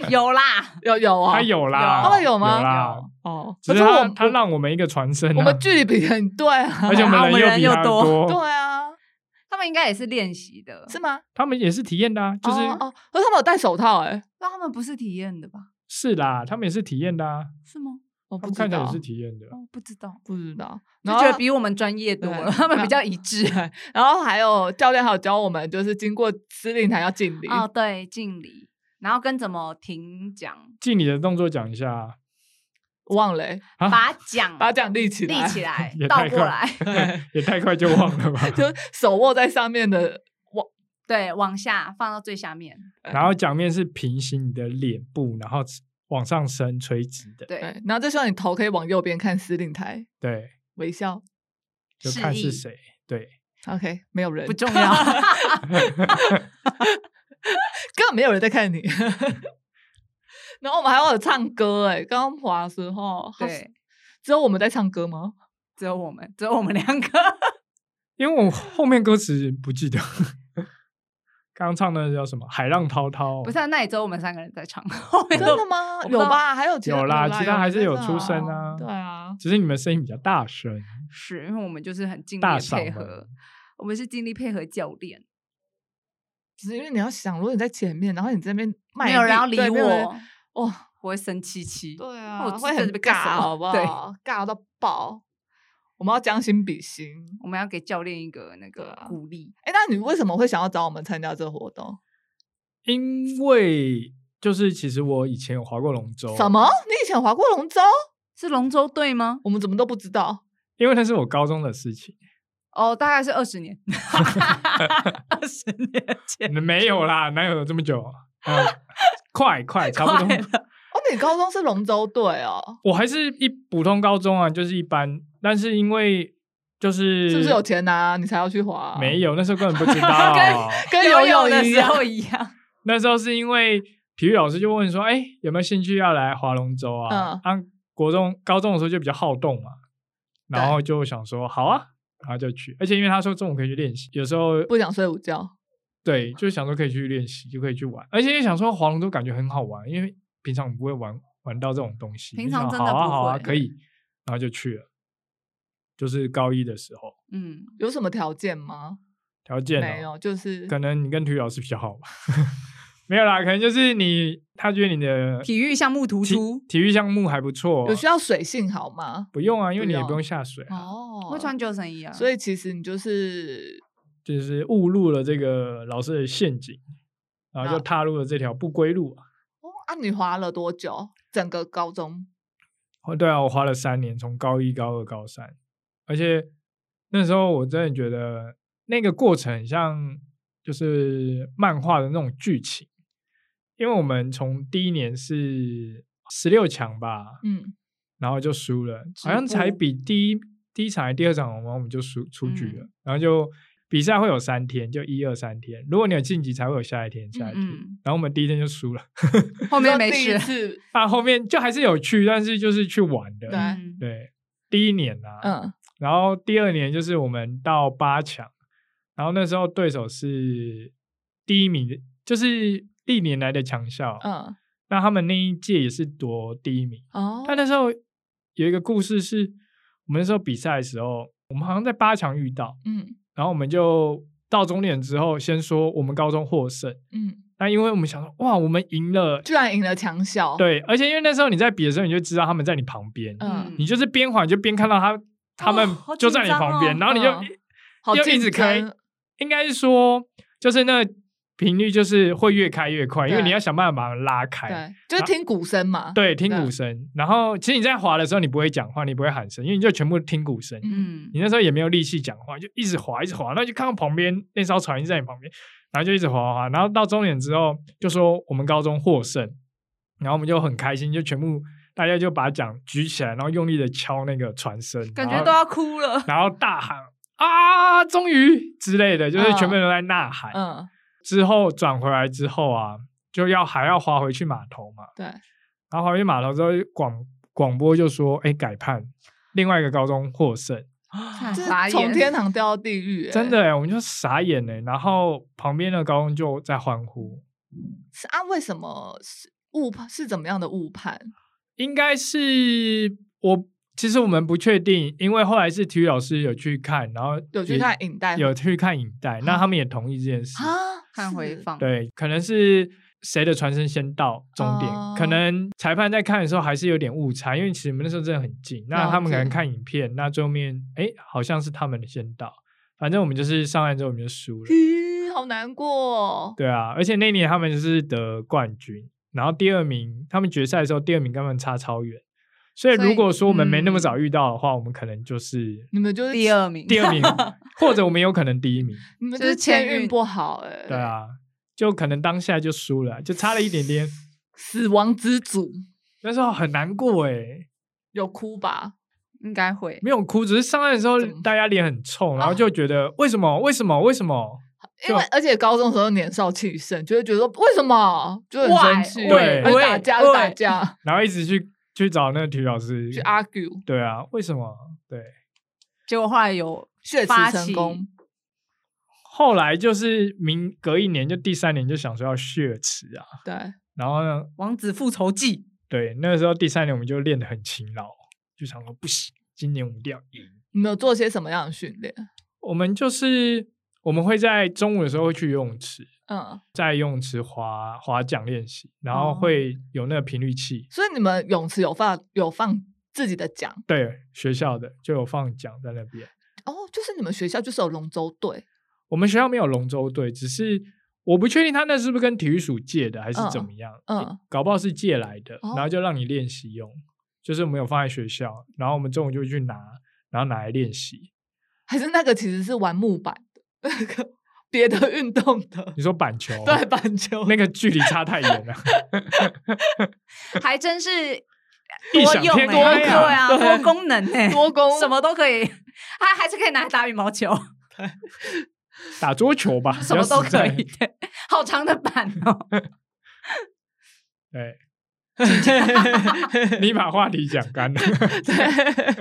Speaker 3: 有啦，
Speaker 2: 有有啊，
Speaker 1: 他有啦，
Speaker 2: 他们有吗？
Speaker 1: 啦。
Speaker 2: 哦，
Speaker 1: 只
Speaker 2: 可
Speaker 1: 是
Speaker 2: 是我
Speaker 1: 他
Speaker 2: 们
Speaker 1: 他让我们一个传声、啊，
Speaker 2: 我们距离比很对 啊
Speaker 1: 而，且我
Speaker 3: 啊我
Speaker 1: 们人
Speaker 3: 们
Speaker 1: 又
Speaker 3: 人
Speaker 1: 比
Speaker 3: 又
Speaker 1: 他
Speaker 3: 多
Speaker 1: 多，
Speaker 2: 对啊，
Speaker 3: 他们应该也是练习的，
Speaker 2: 是吗？
Speaker 1: 他们也是体验的、啊，就是、
Speaker 2: 哦，哦可是他们有戴手套哎，
Speaker 3: 那他们不是体验的吧？
Speaker 1: 是啦，他们也是体验的、啊，
Speaker 3: 是吗？
Speaker 2: 我
Speaker 1: 他
Speaker 2: 不
Speaker 1: 们
Speaker 2: 知
Speaker 1: 看起来也
Speaker 2: 道
Speaker 1: 是，体验的。
Speaker 3: 哦，不知道，
Speaker 2: 不知道。
Speaker 3: 就
Speaker 2: 然
Speaker 3: 觉
Speaker 2: 后
Speaker 3: 得比我们专业多了，
Speaker 2: 对
Speaker 3: 他们
Speaker 2: 那
Speaker 3: 比较一 致。
Speaker 2: 然后还有教练还有教我们，就是经过司令台要敬礼。
Speaker 3: 哦，对，敬礼，然后跟怎么停讲，
Speaker 1: 敬礼的动作讲一下啊，
Speaker 2: 我忘了欸，
Speaker 1: 啊
Speaker 3: 把奖
Speaker 2: 把奖立起来，
Speaker 3: 立起 来
Speaker 1: 也，
Speaker 3: 倒
Speaker 1: 太
Speaker 3: 过
Speaker 1: 快
Speaker 3: 来，
Speaker 1: 也太快就忘了吧。
Speaker 2: 就手握在上面的，
Speaker 3: 对，往下放到最下面，
Speaker 1: 然后奖面是平行你的脸部，然后往上升垂直的，
Speaker 3: 对，
Speaker 2: 对。然后这时候你头可以往右边看司令台，
Speaker 1: 对，
Speaker 2: 微笑。
Speaker 1: 就
Speaker 3: 示
Speaker 1: 看
Speaker 3: 意
Speaker 1: 是谁。对，
Speaker 2: OK，没有人，
Speaker 3: 不重要。
Speaker 2: 根本没有人在看你。 然后我们还有唱歌哎、刚刚滑的时候，好
Speaker 3: 对，
Speaker 2: 只有我们在唱歌吗？
Speaker 3: 只有我们，只有我们两个。
Speaker 1: 因为我后面歌词不记得， 刚唱的叫什么？海浪滔滔。
Speaker 3: 不是、啊，那也只有我们三个人在唱，后面
Speaker 2: 真
Speaker 3: 都
Speaker 2: 的吗
Speaker 3: 我？不知
Speaker 2: 有
Speaker 3: 道
Speaker 2: 吧？还有其他
Speaker 1: 有啦其他还是有
Speaker 2: 真的
Speaker 1: 出声
Speaker 2: 哦
Speaker 1: 啊
Speaker 2: 对啊，
Speaker 1: 只是你们声音比较大声。
Speaker 3: 是因为我们就是很尽力
Speaker 1: 大
Speaker 3: 地
Speaker 1: 嗓
Speaker 3: 配
Speaker 1: 门
Speaker 3: 合，我们是尽力配合教练，
Speaker 2: 只是因为你要想，如果你在前面，然后你这边卖
Speaker 3: 没有人
Speaker 2: 力
Speaker 3: 要理，
Speaker 2: 对没有人
Speaker 3: 我，
Speaker 2: 哦，
Speaker 3: 我会生气气。
Speaker 2: 对
Speaker 3: 那我
Speaker 2: 啊，
Speaker 3: 真
Speaker 2: 会
Speaker 3: 的
Speaker 2: 很
Speaker 3: 被干死
Speaker 2: 尬，
Speaker 3: 了
Speaker 2: 好不
Speaker 3: 对
Speaker 2: 好？尬到爆。我们要将心比心。
Speaker 3: 我们要给教练一个那
Speaker 2: 对
Speaker 3: 个
Speaker 2: 啊
Speaker 3: 鼓励，
Speaker 2: 哎，那你为什么会想要找我们参加这个活动？
Speaker 1: 因为就是其实我以前有划过龙舟，
Speaker 2: 什么？你以前划过龙舟？
Speaker 3: 是龙舟队吗？
Speaker 2: 我们怎么都不知道？
Speaker 1: 因为那是我高中的事情，
Speaker 3: 哦，大概是二十年，二十年前，
Speaker 1: 没有啦，哪有这么久？啊快快，差不
Speaker 3: 快
Speaker 1: 多。
Speaker 3: 了。
Speaker 2: 哦，你高中是龙舟队哦，
Speaker 1: 我还是一普通高中啊，就是一般，但是因为就是
Speaker 2: 是不是有钱拿、你才要去划、
Speaker 1: 没有，那时候根本不知道。
Speaker 2: 跟
Speaker 3: 游
Speaker 2: 游
Speaker 3: 的
Speaker 2: 一
Speaker 3: 时
Speaker 2: 样
Speaker 3: 候一样，
Speaker 1: 那时候是因为体育老师就问说：“哎、有没有兴趣要来划龙舟啊
Speaker 2: 嗯？”
Speaker 1: 啊，国中、高中的时候就比较好动嘛，
Speaker 2: 对
Speaker 1: 然后就想说好啊，然后就去。而且因为他说中午可以去练习，有时候
Speaker 2: 不想睡午觉。
Speaker 1: 对，就想说可以去练习，就可以去玩。而且也想说划龙舟感觉很好玩，因为平常我们不会玩玩到这种东西，
Speaker 3: 平
Speaker 1: 就
Speaker 3: 常
Speaker 1: 想
Speaker 3: 真的
Speaker 1: 好啊
Speaker 3: 不
Speaker 1: 好啊
Speaker 3: 会
Speaker 1: 可以，然后就去了。就是高一的时候，
Speaker 3: 嗯，
Speaker 2: 有什么条件吗？
Speaker 1: 条件、哦、
Speaker 2: 没有，就是
Speaker 1: 可能你跟体育老师比较好吧？ 没有啦，可能就是你他觉得你的
Speaker 3: 体育项目突
Speaker 1: 体
Speaker 3: 出，
Speaker 1: 体育项目还不错、啊
Speaker 2: 有需要水性好吗？
Speaker 1: 不用啊，因为
Speaker 2: 不
Speaker 1: 你也
Speaker 2: 用
Speaker 1: 不用下水啊，
Speaker 2: 哦
Speaker 3: 会穿救生衣啊，
Speaker 2: 所以其实你就是
Speaker 1: 就是误入了这个老师的陷阱，然后就
Speaker 2: 好
Speaker 1: 踏入了这条不归路啊。
Speaker 2: 哦啊，你滑了多久？整个高中
Speaker 1: 哦，对啊，我花了三年，从高一、高二、高三，而且那时候我真的觉得那个过程很像就是漫画的那种剧情，因为我们从第一年是十六强吧，
Speaker 2: 嗯，
Speaker 1: 然后就输了，
Speaker 3: 止
Speaker 1: 好像才
Speaker 3: 步
Speaker 1: 比第一第一场还是第二场，然后我们就输出局
Speaker 3: 嗯
Speaker 1: 了，然后就比赛会有三天，就一二三天，如果你有晋级才会有下一天，下一天，
Speaker 3: 嗯，
Speaker 1: 然后我们第一天就输了，
Speaker 3: 后面
Speaker 2: 就
Speaker 3: 没
Speaker 2: 第
Speaker 3: 事
Speaker 2: 一，次
Speaker 1: 啊，后面就还是有去，但是就是去玩的，
Speaker 2: 对
Speaker 3: 嗯
Speaker 1: 对，第一年啊，
Speaker 2: 嗯
Speaker 1: 然后第二年就是我们到八强，然后那时候对手是第一名，就是历年来的强校，，
Speaker 2: 嗯
Speaker 1: 那他们那一届也是夺第一名。
Speaker 2: 哦，
Speaker 1: 但那时候有一个故事是，我们那时候比赛的时候，我们好像在八强遇到，
Speaker 2: 嗯
Speaker 1: 然后我们就到终点之后，先说我们高中获胜，
Speaker 2: 嗯，
Speaker 1: 那因为我们想说，哇，我们赢了，
Speaker 2: 居然赢了强校，，
Speaker 1: 对，而且因为那时候你在比的时候，你就知道他们在你旁边，
Speaker 2: 嗯，哦
Speaker 1: 你就是边晃你就边看到他他们
Speaker 3: 好
Speaker 1: 就
Speaker 3: 紧
Speaker 1: 在你
Speaker 3: 张
Speaker 1: 旁边，
Speaker 3: 哦
Speaker 1: 然后你就、
Speaker 2: 嗯好
Speaker 1: 要一
Speaker 2: 竞
Speaker 1: 直开
Speaker 2: 争，
Speaker 1: 应该是说就是那频率就是会越开越快，因为
Speaker 2: 对
Speaker 1: 你要想办法把它拉开。
Speaker 2: 对，就是听鼓声嘛，，
Speaker 1: 哎对，听
Speaker 2: 对
Speaker 1: 鼓声。然后其实你在滑的时候，你不会讲话，你不会喊声，因为你就全部听鼓声。
Speaker 3: 嗯
Speaker 1: 你那时候也没有力气讲话，就一直滑，一直滑，然后就看到旁边那艘船一直在你旁边，然后就一直滑滑滑，然后到终点之后就说我们高中获胜，然后我们就很开心，就全部大家就把桨举起来，然后用力的敲那个船身，
Speaker 3: 感
Speaker 1: 然
Speaker 3: 觉
Speaker 1: 后
Speaker 3: 都要哭了，
Speaker 1: 然后大喊啊，终于之类的，就是全部人都在呐喊。
Speaker 2: 嗯
Speaker 1: 之后转回来之后啊，就要还要划回去码头嘛，
Speaker 2: 对，
Speaker 1: 然后划回去码头之后，广广播就说，哎，改判，另外一个高中获胜。
Speaker 2: 就是
Speaker 3: 傻
Speaker 2: 从
Speaker 3: 眼
Speaker 2: 天堂掉到地狱、欸
Speaker 1: 真的、欸，我们就傻眼了、然后旁边的高中就在欢呼，
Speaker 2: 是啊？为什么是误判？是怎么样的误判？
Speaker 1: 应该是我。其实我们不确定，因为后来是体育老师有去看，然后
Speaker 2: 有去
Speaker 1: 也
Speaker 2: 看影带
Speaker 1: 有去看影带，那他们也同意这件事。
Speaker 2: 啊，
Speaker 3: 看回
Speaker 2: 是，
Speaker 3: 放，
Speaker 1: 对，可能是谁的传声先到终点，可
Speaker 2: 哦
Speaker 1: 能裁判在看的时候还是有点误差，因为其实我们那时候真的很近，那
Speaker 2: 了
Speaker 1: 他们可能
Speaker 2: 解
Speaker 1: 看影片，那最后面哎、诶好像是他们先到，反正我们就是上岸之后我们就输了。
Speaker 2: 咦，好难过哦、
Speaker 1: 对啊，而且那年他们就是得冠军，然后第二名，他们决赛的时候第二名跟他们差超远，所以
Speaker 3: 所以
Speaker 1: 如果说我们没那么
Speaker 3: 嗯
Speaker 1: 早遇到的话，我们可能就是
Speaker 2: 你们就是
Speaker 3: 第，二名，
Speaker 1: 第二名，或者我们有可能第一名。
Speaker 2: 你们
Speaker 3: 就
Speaker 2: 就是是
Speaker 3: 签
Speaker 2: 签
Speaker 3: 运
Speaker 2: 运不好哎、
Speaker 1: 对，啊，就可能当下就输了，啊就差了一点点。
Speaker 2: 死亡之组
Speaker 1: 那时候很难过诶、
Speaker 2: 有哭吧？
Speaker 3: 应该会，
Speaker 1: 没有哭，只是上岸的时候
Speaker 2: 怎么哦
Speaker 1: 大家脸很臭，然后就觉得为什么为什么为什么？
Speaker 2: 因为而且高中的时候年少气盛，就会觉得说为什么就很
Speaker 3: Why？
Speaker 2: 生气，
Speaker 1: 对
Speaker 2: 会打架就打架，
Speaker 1: 然后一直去去找那个体育老师
Speaker 2: 去 argue，
Speaker 1: 对啊，为什么？对，
Speaker 3: 结果后来有
Speaker 2: 血池
Speaker 3: 发起
Speaker 2: 成功，
Speaker 1: 后来就是明隔一年就第三年就想说要血池啊，
Speaker 2: 对，
Speaker 1: 然后呢，
Speaker 3: 王子复仇记，
Speaker 1: 对，那个时候第三年我们就练得很勤劳，就想说不行，今年我们一定要赢。
Speaker 2: 你们有做些什么样的训练？
Speaker 1: 我们就是我们会在中午的时候会去游泳池，
Speaker 2: 嗯，
Speaker 1: 在游泳池划划桨练习，然后
Speaker 3: 哦
Speaker 1: 会有那个频率器，
Speaker 2: 所以你们泳池有放有放自己的桨
Speaker 1: 对，学校的就有放桨在那边。
Speaker 2: 哦，就是你们学校就是有龙舟队，
Speaker 1: 我们学校没有龙舟队，只是我不确定他那是不是跟体育署借的，还是怎么样？
Speaker 2: 嗯嗯
Speaker 1: 搞不好是借来的，
Speaker 2: 哦
Speaker 1: 然后就让你练习用。就是我们有放在学校，然后我们中午就去拿，然后拿来练习。
Speaker 2: 还是那个其实是玩木板的那个别的运动的，
Speaker 1: 你说板球，
Speaker 2: 对，，板球
Speaker 1: 那个距离差太 远了，
Speaker 3: 还真是
Speaker 1: 异
Speaker 3: 多
Speaker 1: 想
Speaker 3: 用
Speaker 1: 天
Speaker 3: 欸
Speaker 1: 开
Speaker 3: 对
Speaker 1: 啊！
Speaker 3: 啊，多功能哎，
Speaker 2: 多功
Speaker 3: 什么都可以，还还是可以拿来打羽毛球，
Speaker 1: 打桌球吧，
Speaker 3: 什么都
Speaker 1: 比较
Speaker 3: 可
Speaker 1: 实在
Speaker 3: 以，对，好长的板哦。
Speaker 1: 对， 你把话题讲干了。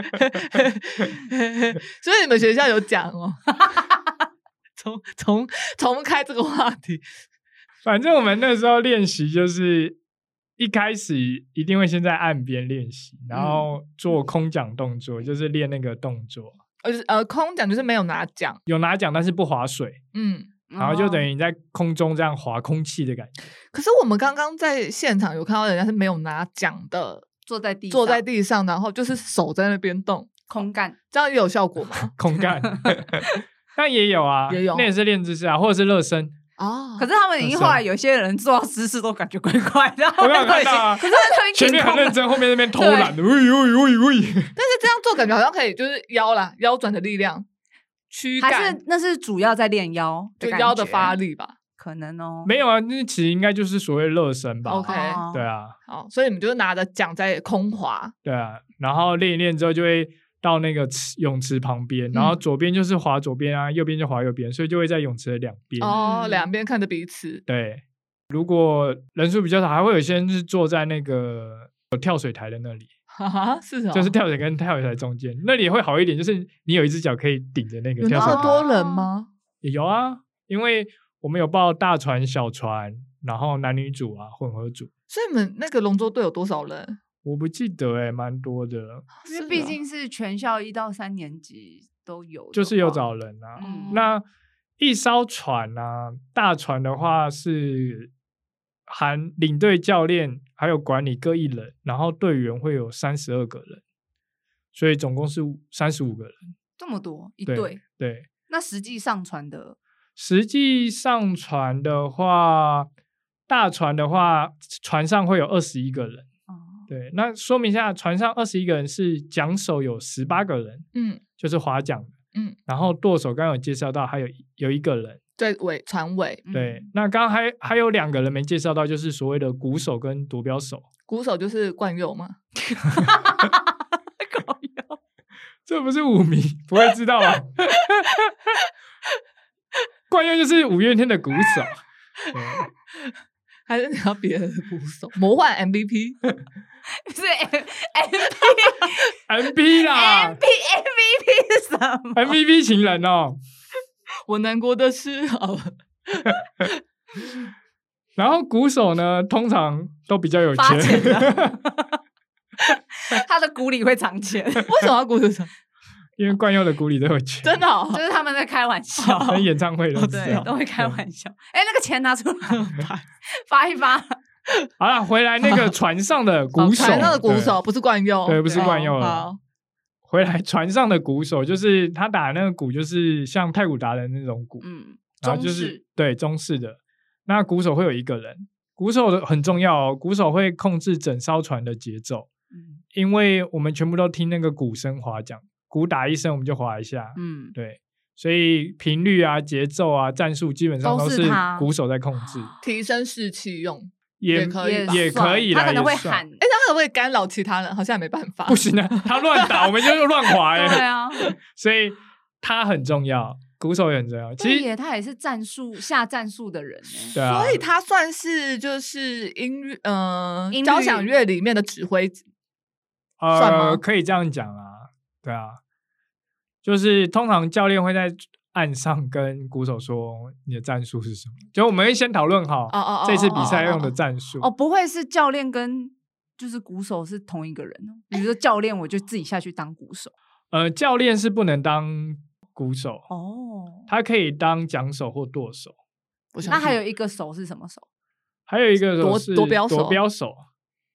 Speaker 2: 对，所以你们学校有讲哦。 重重重开这个话题，
Speaker 1: 反正我们那时候练习就是一开始一定会先在岸边练习，然后做空桨动作，就是练那个动作。
Speaker 2: 呃就是呃，空讲就是没有拿奖，
Speaker 1: 有拿奖，但是不划水，
Speaker 2: 嗯。
Speaker 1: 然后就等于你在空中这样划空气的感觉。
Speaker 2: 可是我们刚刚在现场有看到人家是没有拿奖的，
Speaker 3: 坐在地上，
Speaker 2: 坐在地上，然后就是手在那边动，
Speaker 3: 空干，
Speaker 2: 这样也有效果 吗？
Speaker 1: 空干，但也有啊，
Speaker 2: 也有
Speaker 1: 那也是练姿势啊，或者是热身。
Speaker 2: 哦，
Speaker 3: 可是他们已经后来有些人做到姿势都感觉怪怪的，
Speaker 1: 嗯啊 我有看到
Speaker 3: 可
Speaker 1: 啊，
Speaker 3: 是他已经
Speaker 1: 前面很认真，后面那边偷懒的，喂喂喂 喂，
Speaker 2: 但是这样做感觉好像可以，就是腰啦，腰转的力量，躯
Speaker 3: 还
Speaker 2: 干
Speaker 3: 是那是主要在练腰，
Speaker 2: 就腰的发
Speaker 3: 力，
Speaker 2: 力吧。
Speaker 3: 可能哦，
Speaker 1: 没有啊，那其实应该就是所谓热身吧。
Speaker 2: OK
Speaker 3: 哦
Speaker 1: 对啊，
Speaker 2: 好，所以你们就是拿着桨在空滑，
Speaker 1: 对啊，然后练一练之后就会到那个池泳池旁边，然后
Speaker 2: 嗯
Speaker 1: 左边就是划左边啊，右边就划右边，所以就会在泳池的两边。
Speaker 2: 哦，
Speaker 3: 嗯
Speaker 2: 两边看着彼此，
Speaker 1: 对，如果人数比较少，还会有些人是坐在那个有跳水台的那里，
Speaker 2: 哈哈，是哦什么？
Speaker 1: 就是跳水跟跳水台中间，那里会好一点，就是你有一只脚可以顶着那个
Speaker 2: 有
Speaker 1: 跳
Speaker 2: 那
Speaker 1: 水
Speaker 2: 么
Speaker 1: 台。
Speaker 2: 多人吗？
Speaker 1: 也有啊，因为我们有报大船、小船，然后男女组啊、混合组，
Speaker 2: 所以你们那个龙舟队有多少人？
Speaker 1: 我不记得哎、蛮多的，
Speaker 3: 因
Speaker 2: 是
Speaker 3: 为
Speaker 2: 哦
Speaker 3: 毕竟是全校一到三年级都有，
Speaker 1: 就是有
Speaker 2: 哦
Speaker 1: 找人啊。
Speaker 3: 嗯
Speaker 1: 那一艘船啊，大船的话是含领队、教练还有管理各一人，然后队员会有三十二个人，所以总共是三十五个人。
Speaker 3: 这么多一
Speaker 1: 对
Speaker 3: 对，
Speaker 1: 对，
Speaker 3: 那实际上传的
Speaker 1: 实际上船的话，大船的话，船上会有二十一个人。
Speaker 3: 哦，
Speaker 1: 对，那说明一下，船上二十一个人是桨手有十八个人，
Speaker 2: 嗯，
Speaker 1: 就是划桨的，
Speaker 2: 嗯，
Speaker 1: 然后舵手刚刚有介绍到，还有一有一个人，
Speaker 2: 在尾船尾，
Speaker 3: 嗯
Speaker 1: 对，那刚刚还还有两个人没介绍到，就是所谓的鼓手跟夺标手，
Speaker 2: 鼓手就是冠佑嘛。
Speaker 1: 这不是舞迷不会知道吧？ 冠佑就是五月天的鼓手，对
Speaker 2: 还是你要别的鼓手？魔幻 MVP
Speaker 3: 是 M M
Speaker 1: ，MB
Speaker 3: M
Speaker 1: 啦
Speaker 3: P M V P 是什么？
Speaker 1: ，MVP 情人哦。
Speaker 2: 我难过的是，哦，
Speaker 1: 然后鼓手呢，通常都比较有
Speaker 3: 发
Speaker 1: 钱
Speaker 3: 钱， 他的鼓里会藏钱， 就
Speaker 2: 为什么要鼓手？
Speaker 1: 因为冠佑的鼓里都有钱，
Speaker 2: 真的哦，
Speaker 3: 是他们在开玩 笑，
Speaker 1: 跟演唱会都是这
Speaker 3: 对，
Speaker 1: 样
Speaker 3: 都会开
Speaker 1: 对
Speaker 3: 玩笑。哎，那个钱拿出来 发一发，
Speaker 1: 好了，回来那个船上的鼓
Speaker 2: 哦
Speaker 1: 手，
Speaker 2: 船上的鼓手不是冠佑，
Speaker 1: 对，对，不是惯用了。
Speaker 2: 哦好，
Speaker 1: 回来船上的鼓手就是他打那个鼓，就是像太鼓达人那种鼓，
Speaker 3: 嗯，
Speaker 1: 然后
Speaker 3: 中
Speaker 1: 就是
Speaker 3: 式
Speaker 1: 对中式的。那鼓手会有一个人，鼓手的很重要哦，鼓手会控制整艘船的节奏，
Speaker 3: 嗯
Speaker 1: 因为我们全部都听那个鼓声划桨，鼓打一声我们就划一下，
Speaker 3: 嗯，
Speaker 1: 对，所以频率啊、节奏啊、战术基本上
Speaker 3: 都
Speaker 1: 都
Speaker 3: 是
Speaker 1: 是
Speaker 3: 他啊
Speaker 1: 鼓手在控制，
Speaker 2: 提升士气用。
Speaker 1: 也
Speaker 2: 也可以吧
Speaker 1: 啊也可以啦，
Speaker 3: 嗯他可能会
Speaker 1: 也算
Speaker 3: 喊，
Speaker 2: 哎，那他会不会干扰其他人？好像也没办法。
Speaker 1: 不行啊，他乱打，我们就乱滑哎、
Speaker 3: 对啊，
Speaker 1: 所以他很重要，鼓手也很重要。其
Speaker 3: 对
Speaker 1: 实
Speaker 3: 耶，他也是战术下战术的人耶，
Speaker 1: 对啊，
Speaker 2: 所以他算是就是音乐，嗯、
Speaker 3: 音律
Speaker 2: 交响乐里面的指挥。算吗
Speaker 1: 呃，可以这样讲啊，对啊，就是通常教练会在岸上跟鼓手说你的战术是什么，就我们会先讨论好
Speaker 2: 哦哦哦
Speaker 1: 这次比赛用
Speaker 2: 哦哦
Speaker 1: 的
Speaker 2: 哦
Speaker 1: 战术
Speaker 3: 哦，。不会是教练跟就是鼓手是同一个人哦？比如说教练，我就自己下去当鼓手
Speaker 1: 呃，教练是不能当鼓手，
Speaker 3: 哦。
Speaker 1: 他可以当桨手或舵手，
Speaker 2: 我想
Speaker 3: 那还有一个手是什么手？
Speaker 1: 还有一个
Speaker 2: 夺
Speaker 1: 是
Speaker 2: 夺标手
Speaker 1: 夺标手，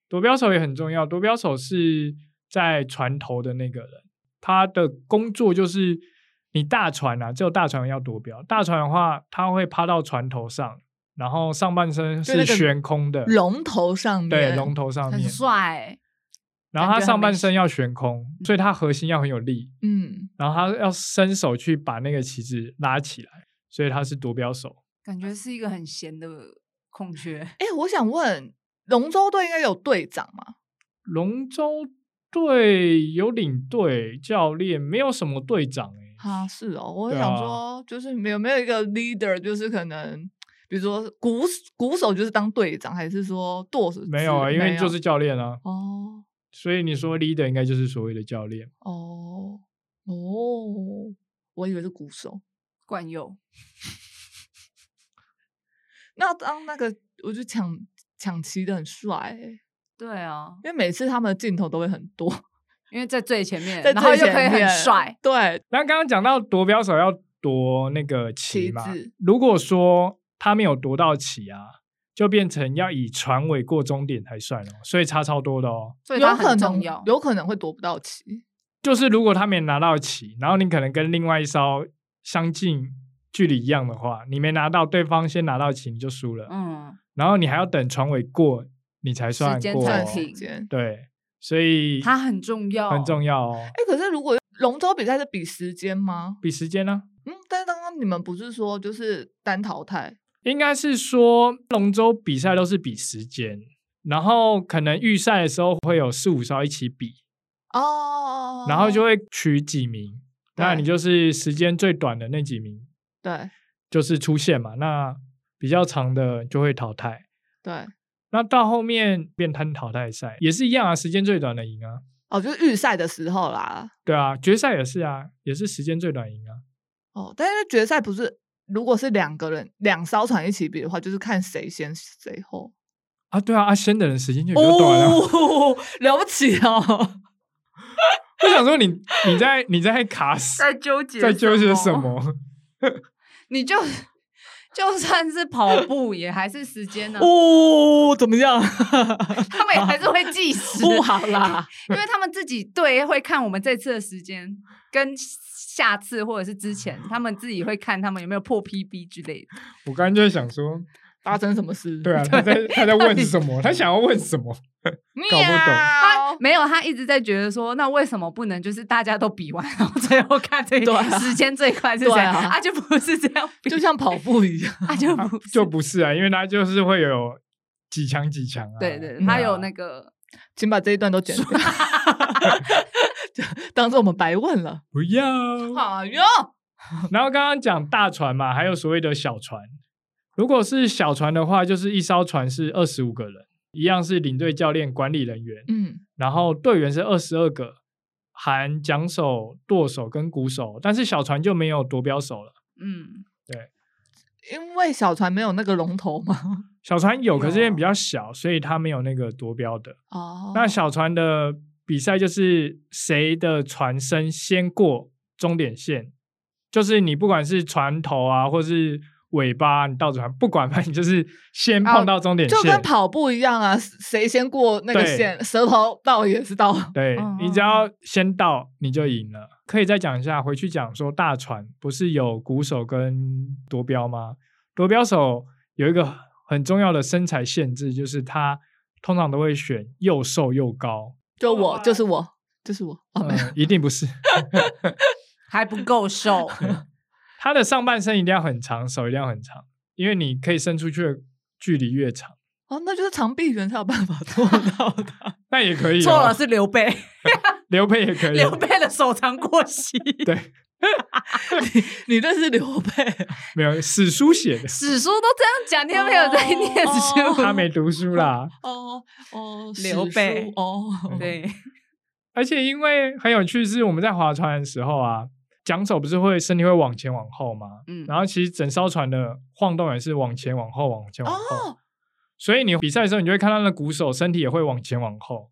Speaker 1: 夺标手也很重要。夺标手是在船头的那个人，他的工作就是你大船啊，只有大船要夺标。大船的话，他会趴到船头上，然后上半身
Speaker 2: 就那
Speaker 1: 是
Speaker 2: 个
Speaker 1: 悬空的，
Speaker 2: 龙头上面，
Speaker 1: 对龙头上
Speaker 3: 很
Speaker 1: 面，
Speaker 3: 帅欸，
Speaker 1: 然后他
Speaker 3: 感觉很
Speaker 1: 上半
Speaker 3: 美
Speaker 1: 身要悬空，所以他核心要很有力，
Speaker 2: 嗯，
Speaker 1: 然后他要伸手去把那个旗子拉起来，所以他是夺标手。
Speaker 3: 感觉是一个很闲的空缺。
Speaker 2: 哎、我想问，龙舟队应该有队长吗？
Speaker 1: 龙舟队有领队、教练，没有什么队长哎、
Speaker 2: 啊，是哦，我
Speaker 1: 对
Speaker 2: 想
Speaker 1: 啊
Speaker 2: 说，就是没有没有一个 leader，就是可能。比如说鼓鼓手就是当队长，还是说舵手之类？
Speaker 1: 没有啊，嗯因为就是教练啊，
Speaker 2: 哦
Speaker 1: 所以你说 leader 应该就是所谓的教练。
Speaker 2: 哦哦，我以为是鼓手。
Speaker 3: 惯用。
Speaker 2: 那当那个，我就抢抢旗的很帅欸、
Speaker 3: 对啊，
Speaker 2: 因为每次他们的镜头都会很多，
Speaker 3: 因为在最前面，
Speaker 2: 在
Speaker 3: 然后
Speaker 2: 最
Speaker 3: 又
Speaker 2: 前
Speaker 3: 可以很
Speaker 2: 面
Speaker 3: 帅。。
Speaker 2: 对，
Speaker 1: 那刚刚讲到夺标手要夺那个旗嘛
Speaker 2: 旗帜，
Speaker 1: 如果说他没有夺到旗啊，就变成要以船尾过终点才算哦，所以差超多的哦。
Speaker 3: 所以
Speaker 2: 有
Speaker 3: 它
Speaker 2: 可
Speaker 3: 很
Speaker 2: 能
Speaker 3: 重要。
Speaker 2: 有可能会夺不到旗。
Speaker 1: 就是如果他没拿到旗，然后你可能跟另外一艘相近距离一样的话，你没拿到，对方先拿到旗你就输了，
Speaker 3: 嗯，
Speaker 1: 然后你还要等船尾过你才算
Speaker 3: 时间
Speaker 1: 过、
Speaker 3: 暂
Speaker 1: 哦
Speaker 2: 算。
Speaker 3: 停
Speaker 2: 时间。
Speaker 1: 对，所以
Speaker 3: 它很重要，
Speaker 1: 很重要哦，
Speaker 2: 哎、可是如果龙舟比赛是比时间吗？
Speaker 1: 比时间呢、
Speaker 2: 嗯，但是刚刚你们不是说就是单淘汰？
Speaker 1: 应该是说龙舟比赛都是比时间，然后可能预赛的时候会有四五艘一起比，
Speaker 2: 哦，
Speaker 1: 然后就会取几名，
Speaker 2: 对
Speaker 1: 那你就是时间最短的那几名
Speaker 2: 对
Speaker 1: 就是出现嘛，那比较长的就会淘汰。
Speaker 2: 对
Speaker 1: 那到后面变摊淘汰赛也是一样啊，时间最短的赢啊，
Speaker 2: 哦，就是预赛的时候啦。
Speaker 1: 对啊，决赛也是啊，也是时间最短赢啊，
Speaker 2: 哦，但是决赛不是，如果是两个人两艘船一起比的话，就是看谁先谁后。
Speaker 1: 啊对啊，啊先的人时间就比较短啊。
Speaker 2: 哦， 了不起哦！
Speaker 1: 我想说你你在你在卡死，
Speaker 3: 在纠结，
Speaker 1: 在纠结什？么？
Speaker 3: 你就 就算是跑步，也还是 时间呢、
Speaker 2: 哦，怎么样？
Speaker 3: 他们也还是会计 时，
Speaker 2: 不好啦，
Speaker 3: 因为他们自己队会看我们这次的时间，跟下次或者是之前，他们自己会看他们有没有破 PB 之类的。
Speaker 1: 我刚刚就在想说，
Speaker 2: 发生什么事？
Speaker 1: 对啊，他在他在问什么？他想要问什么？搞不懂
Speaker 3: 他
Speaker 2: 喵，
Speaker 3: 没有，他一直在觉得说，那为什么不能就是大家都比完，然后最后看这
Speaker 2: 对啊
Speaker 3: 个时间最快是谁？
Speaker 2: 对啊
Speaker 3: 他就不是这样比，
Speaker 2: 就像跑步一样。
Speaker 3: 他就不
Speaker 1: 就不是啊，因为他就是会有几强几强啊。
Speaker 3: 对对，
Speaker 2: 嗯
Speaker 1: 啊
Speaker 3: 他有那个
Speaker 2: 请把这一段都剪掉， 就当做我们白问了。
Speaker 1: 不要。
Speaker 2: 哎呦，
Speaker 1: 然后刚刚讲大船嘛，还有所谓的小船。如果是小船的话，就是一艘船是二十五个人，一样是领队、教练、管理人员，
Speaker 2: 嗯，
Speaker 1: 然后队员是二十二个，含桨手、舵手跟鼓手。但是小船就没有夺标手了，
Speaker 3: 嗯，
Speaker 2: 因为小船没有那个龙头嘛。
Speaker 1: 小船有，可是因为
Speaker 3: 有
Speaker 1: 比较小，所以它没有那个夺标的。
Speaker 2: 哦
Speaker 1: 那小船的比赛就是谁的船身先过终点线，就是你不管是船头啊，或是尾巴，你到船不管吧，你就是先碰到终点线。
Speaker 2: 哦就跟跑步一样啊，谁先过那个
Speaker 1: 对
Speaker 2: 线，舌头到也 是到。
Speaker 1: 对
Speaker 3: 嗯
Speaker 1: 你只要先到，你就赢了。可以再讲一下，回去讲说大船不是有鼓手跟夺标吗？夺标手有一个很重要的身材限制，就是他通常都会选又瘦又高。
Speaker 2: 就我，就是我，就是我。哦，没有，
Speaker 1: 呃，一定不是。
Speaker 3: 还不够 瘦，
Speaker 2: 哎
Speaker 1: 它的上半身一定要很长，手一定要很长，因为你可以伸出去的距离越长，
Speaker 2: 哦，那就是长臂猿才有办法做 到的。
Speaker 1: 那也可以、哦。
Speaker 3: 错了是刘备，
Speaker 2: 哎
Speaker 1: 刘备也可以。哦
Speaker 3: 刘备的手长过 膝，
Speaker 1: 对，
Speaker 2: 你认识刘备？
Speaker 1: 没有史书写 的，
Speaker 3: 史书都这样讲，你有没有在念
Speaker 2: 哦
Speaker 3: 书？
Speaker 1: 他没读书啦。
Speaker 2: 哦哦，
Speaker 3: 刘
Speaker 2: 史书
Speaker 3: 备
Speaker 2: 哦，
Speaker 3: 对，
Speaker 1: 而且因为很有趣，是我们在划船的时候啊，桨手不是会身体会往前往后吗？
Speaker 3: 嗯，
Speaker 1: 然后其实整艘船的晃动也是往前往后，往前往后。
Speaker 2: 哦，
Speaker 1: 所以你比赛的时候，你就会看到那鼓手身体也会往前往后，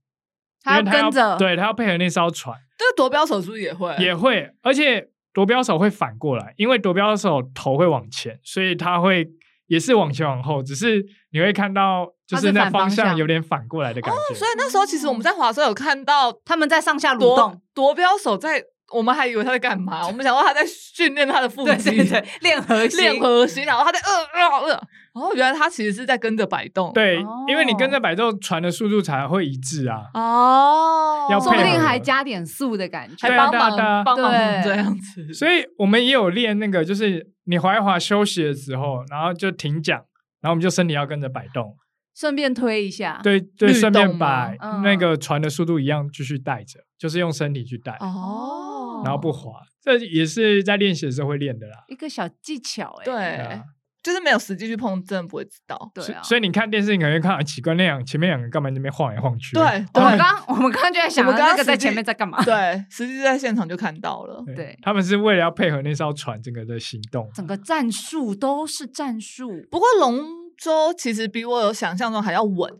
Speaker 3: 他要
Speaker 1: 因为
Speaker 3: 跟着，呃
Speaker 1: 对他要配合那艘船。
Speaker 2: 这夺标手术也会，
Speaker 1: 也会，而且夺标手会反过来，因为夺标手头会往前，所以他会也是往前往后，只是你会看到就
Speaker 3: 它是
Speaker 1: 是那
Speaker 3: 反方
Speaker 1: 方向
Speaker 3: 向哦
Speaker 1: 有点反过来的感觉。
Speaker 2: 所以那时候其实我们在华州有看到
Speaker 3: 他们在上下蠕
Speaker 2: 夺
Speaker 3: 动，
Speaker 2: 夺标手在，我们还以为他在干嘛？我们想说他在训练他的腹
Speaker 3: 对
Speaker 2: 肌，
Speaker 3: 对对，练核心，
Speaker 2: 练核心，然后他在呃呃呃，哦，原来他其实是在跟着摆动。，
Speaker 1: 对，
Speaker 3: 哦嗯
Speaker 1: 因为你跟着摆动，船的速度才会一致啊。
Speaker 2: 哦，
Speaker 1: 要
Speaker 3: 说不
Speaker 1: 配合
Speaker 3: 定还加点速的感觉
Speaker 1: 对
Speaker 2: 还
Speaker 1: 啊
Speaker 2: 帮忙、
Speaker 1: 对啊
Speaker 2: 帮忙
Speaker 3: 对
Speaker 2: 这样子。
Speaker 1: 所以我们也有练那个，就是你划一划休息的时候，然后就停桨，然后我们就身体要跟着摆动，
Speaker 3: 顺便推一下。，
Speaker 1: 对对，
Speaker 2: 啊律动
Speaker 1: 顺便
Speaker 2: 吗
Speaker 1: 把
Speaker 3: 嗯
Speaker 1: 那个船的速度一样继续带着，就是用身体去带，
Speaker 2: 哦，
Speaker 1: 然后不划，这也是在练习的时候会练的啦。
Speaker 3: 一个小技巧哎、
Speaker 2: 对、
Speaker 1: 对啊
Speaker 2: 就是没有实际去碰，真的不会知 道。
Speaker 3: 对
Speaker 1: 所
Speaker 3: 啊。
Speaker 1: 所以你看电视，你可能会看啊奇怪，那两前面两个干嘛在那边晃来晃去？
Speaker 2: 对
Speaker 3: 我们
Speaker 2: 对
Speaker 3: 刚我们刚刚就在想，
Speaker 2: 我们刚刚
Speaker 3: 那个在
Speaker 2: 实际
Speaker 3: 前面在干嘛？
Speaker 2: 对，实际在现场就看到了。
Speaker 3: 对
Speaker 1: 他们是为了要配合那艘船整个的行动。
Speaker 3: 整个战术都是战术，
Speaker 2: 不过龙舟其实比我有想象中还要稳。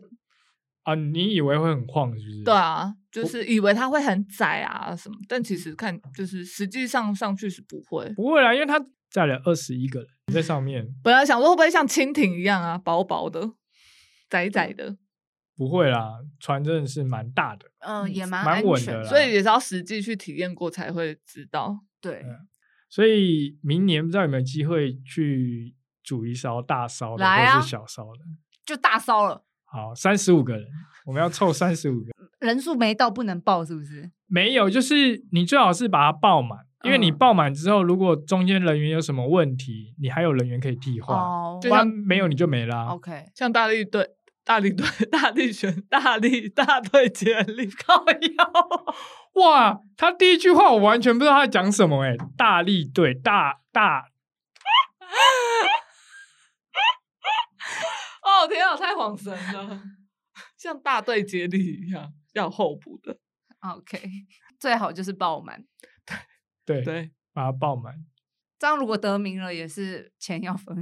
Speaker 1: 啊，你以为会很晃是不是？
Speaker 2: 对啊，就是以为它会很窄啊什么，但其实看就是实际上上去是不会。
Speaker 1: 不会啦，因为他载了二十一个人在上面，
Speaker 2: 本来想说会不会像蜻蜓一样啊，薄薄的、窄窄的，
Speaker 1: 不会啦，船真的是蛮大的。
Speaker 3: 嗯、
Speaker 2: 嗯
Speaker 3: 也蛮
Speaker 1: 蛮
Speaker 3: 安
Speaker 1: 稳
Speaker 3: 全
Speaker 1: 的啦
Speaker 2: 所以也是要实际去体验过才会知道。
Speaker 3: 对，
Speaker 1: 嗯所以明年不知道有没有机会去煮一艘大烧的，
Speaker 3: 来啊
Speaker 1: 或是小烧的。
Speaker 3: 就大骚了，
Speaker 1: 好，三十五个人，我们要凑三十五个。
Speaker 3: 人数没到不能报，是不是？
Speaker 1: 没有，就是你最好是把它爆满，因为你
Speaker 3: 嗯
Speaker 1: 爆满之后，如果中间人员有什么问题，你还有人员可以替换。
Speaker 3: 哦
Speaker 1: 不
Speaker 2: 就
Speaker 1: 然
Speaker 2: 像
Speaker 1: 没有你啊就没啦、
Speaker 3: ，OK，
Speaker 2: 像大力队、大力队、 大力拳、大力大队接力 靠腰，
Speaker 1: 哇，他第一句话我完全不知道他在讲什么哎、大力队大大
Speaker 2: 哦天啊，太晃神了， 像大队接力一样要候补的。
Speaker 3: 啊 OK，最 好就是爆满。
Speaker 1: 对，
Speaker 2: 对，
Speaker 1: 把它爆满。
Speaker 3: 这样如果得名了，也是钱要分，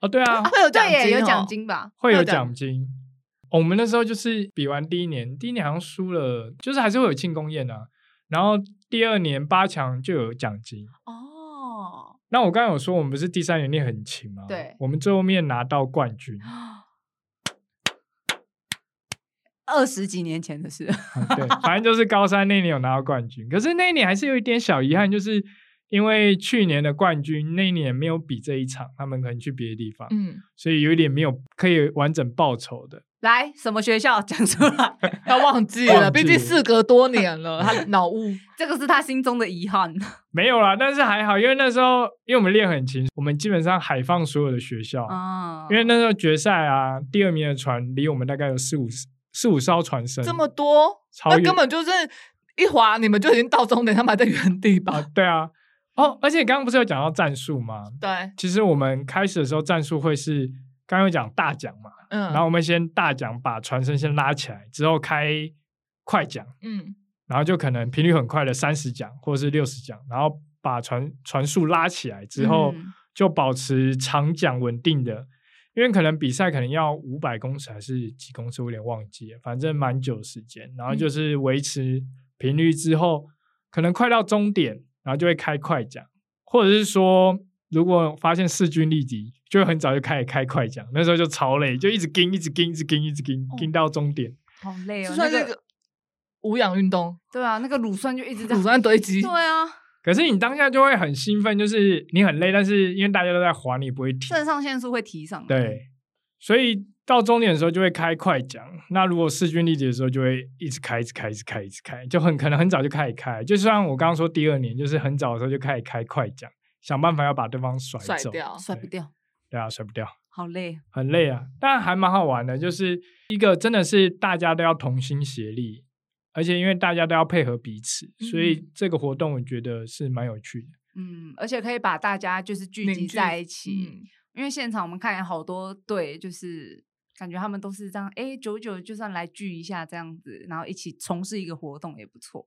Speaker 1: 哦，对啊，
Speaker 2: 会 有
Speaker 3: 对耶，有
Speaker 2: 哦
Speaker 3: 奖。金吧？
Speaker 1: 会有
Speaker 2: 有奖
Speaker 1: 奖金。我们那时候就是比完第一年，第一年好像输了，就是还是会有庆功宴啊。然后第二年八强就有奖金。
Speaker 3: 哦，
Speaker 1: 那我刚刚有说我们不是第三年练很勤吗？
Speaker 3: 对
Speaker 1: 我们最后面拿到冠军。
Speaker 3: 二十几年前的事，
Speaker 1: 对，反正就是高三那年有拿到冠军，可是那一年还是有一点小遗憾，就是因为去年的冠军那一年没有比这一场，他们可能去别的地方，
Speaker 2: 嗯，
Speaker 1: 所以有一点没有可以完整报仇的。
Speaker 3: 来什么学校 讲出来？
Speaker 2: 他忘记
Speaker 1: 忘
Speaker 2: 了，毕
Speaker 1: 记
Speaker 2: 竟
Speaker 1: 了
Speaker 2: 事隔多年了，他脑雾。
Speaker 3: 这个是他心中的遗憾。
Speaker 1: 没有啦，但是还好，因为那时候因为我们练很勤，我们基本上海放所有的学
Speaker 2: 哦
Speaker 1: 校，
Speaker 3: 啊，
Speaker 1: 因为那时候决赛啊，第二名的船离我们大概有四五十四五艘船身，
Speaker 2: 这么多，
Speaker 1: 超
Speaker 2: 那
Speaker 1: 远
Speaker 2: 根本就是一滑，你们就已经到终点，他们还在原地
Speaker 1: 啊
Speaker 2: 吧？，
Speaker 1: 对啊，哦，而且刚刚不是有讲到战术吗？
Speaker 2: 对，
Speaker 1: 其实我们开始的时候战术会是刚刚有讲大奖嘛，
Speaker 2: 嗯，
Speaker 1: 然后我们先大奖把船身先拉起来，之后开快奖，
Speaker 2: 嗯，
Speaker 1: 然后就可能频率很快的三十奖或者是六十奖，然后把船船速拉起来之后，
Speaker 3: 嗯
Speaker 1: 就保持长桨稳定的。因为可能比赛可能要五百公尺还是几公尺，我有点忘记了，反正蛮久的时间。然后就是维持频率之后，可能快到终点，然后就会开快桨，或者是说，如果发现势均力敌，就会很早就开始开快桨。那时候就超累，就一直盯，一直盯，一直盯，一直盯，盯到终点。
Speaker 3: 好累
Speaker 2: 这
Speaker 3: 哦，
Speaker 2: 算
Speaker 3: 那
Speaker 2: 是一
Speaker 3: 个
Speaker 2: 个无氧运动，
Speaker 3: 对啊，那个乳酸就一直在
Speaker 2: 乳酸堆积。
Speaker 3: 对啊，
Speaker 1: 可是你当下就会很兴奋，就是你很累，但是因为大家都在滑，你也不会停。
Speaker 3: 肾上腺素会提上来。
Speaker 1: 对，所以到终点的时候就会开快桨。那如果势均力敌的时候，就会一直开，一直开，一直开，一直开，就很可能很早就开始开。就像我刚刚说，第二年就是很早的时候就开始开快桨，想办法要把对方甩
Speaker 2: 甩
Speaker 1: 走，
Speaker 2: 掉，
Speaker 3: 哦甩不掉，
Speaker 1: 对啊，甩不掉，
Speaker 3: 好累。
Speaker 1: 很累啊，但还蛮好玩的，就是一个真的是大家都要同心协力。而且因为大家都要配合彼此，所以
Speaker 3: 嗯
Speaker 1: 这个活动我觉得是蛮有趣的。
Speaker 3: 嗯，而且可以把大家就是聚集
Speaker 2: 凝聚
Speaker 3: 在一起，
Speaker 2: 嗯
Speaker 3: 因为现场我们看好多队，就是感觉他们都是这样，哎，久久就算来聚一下这样子，然后一起从事一个活动也不错。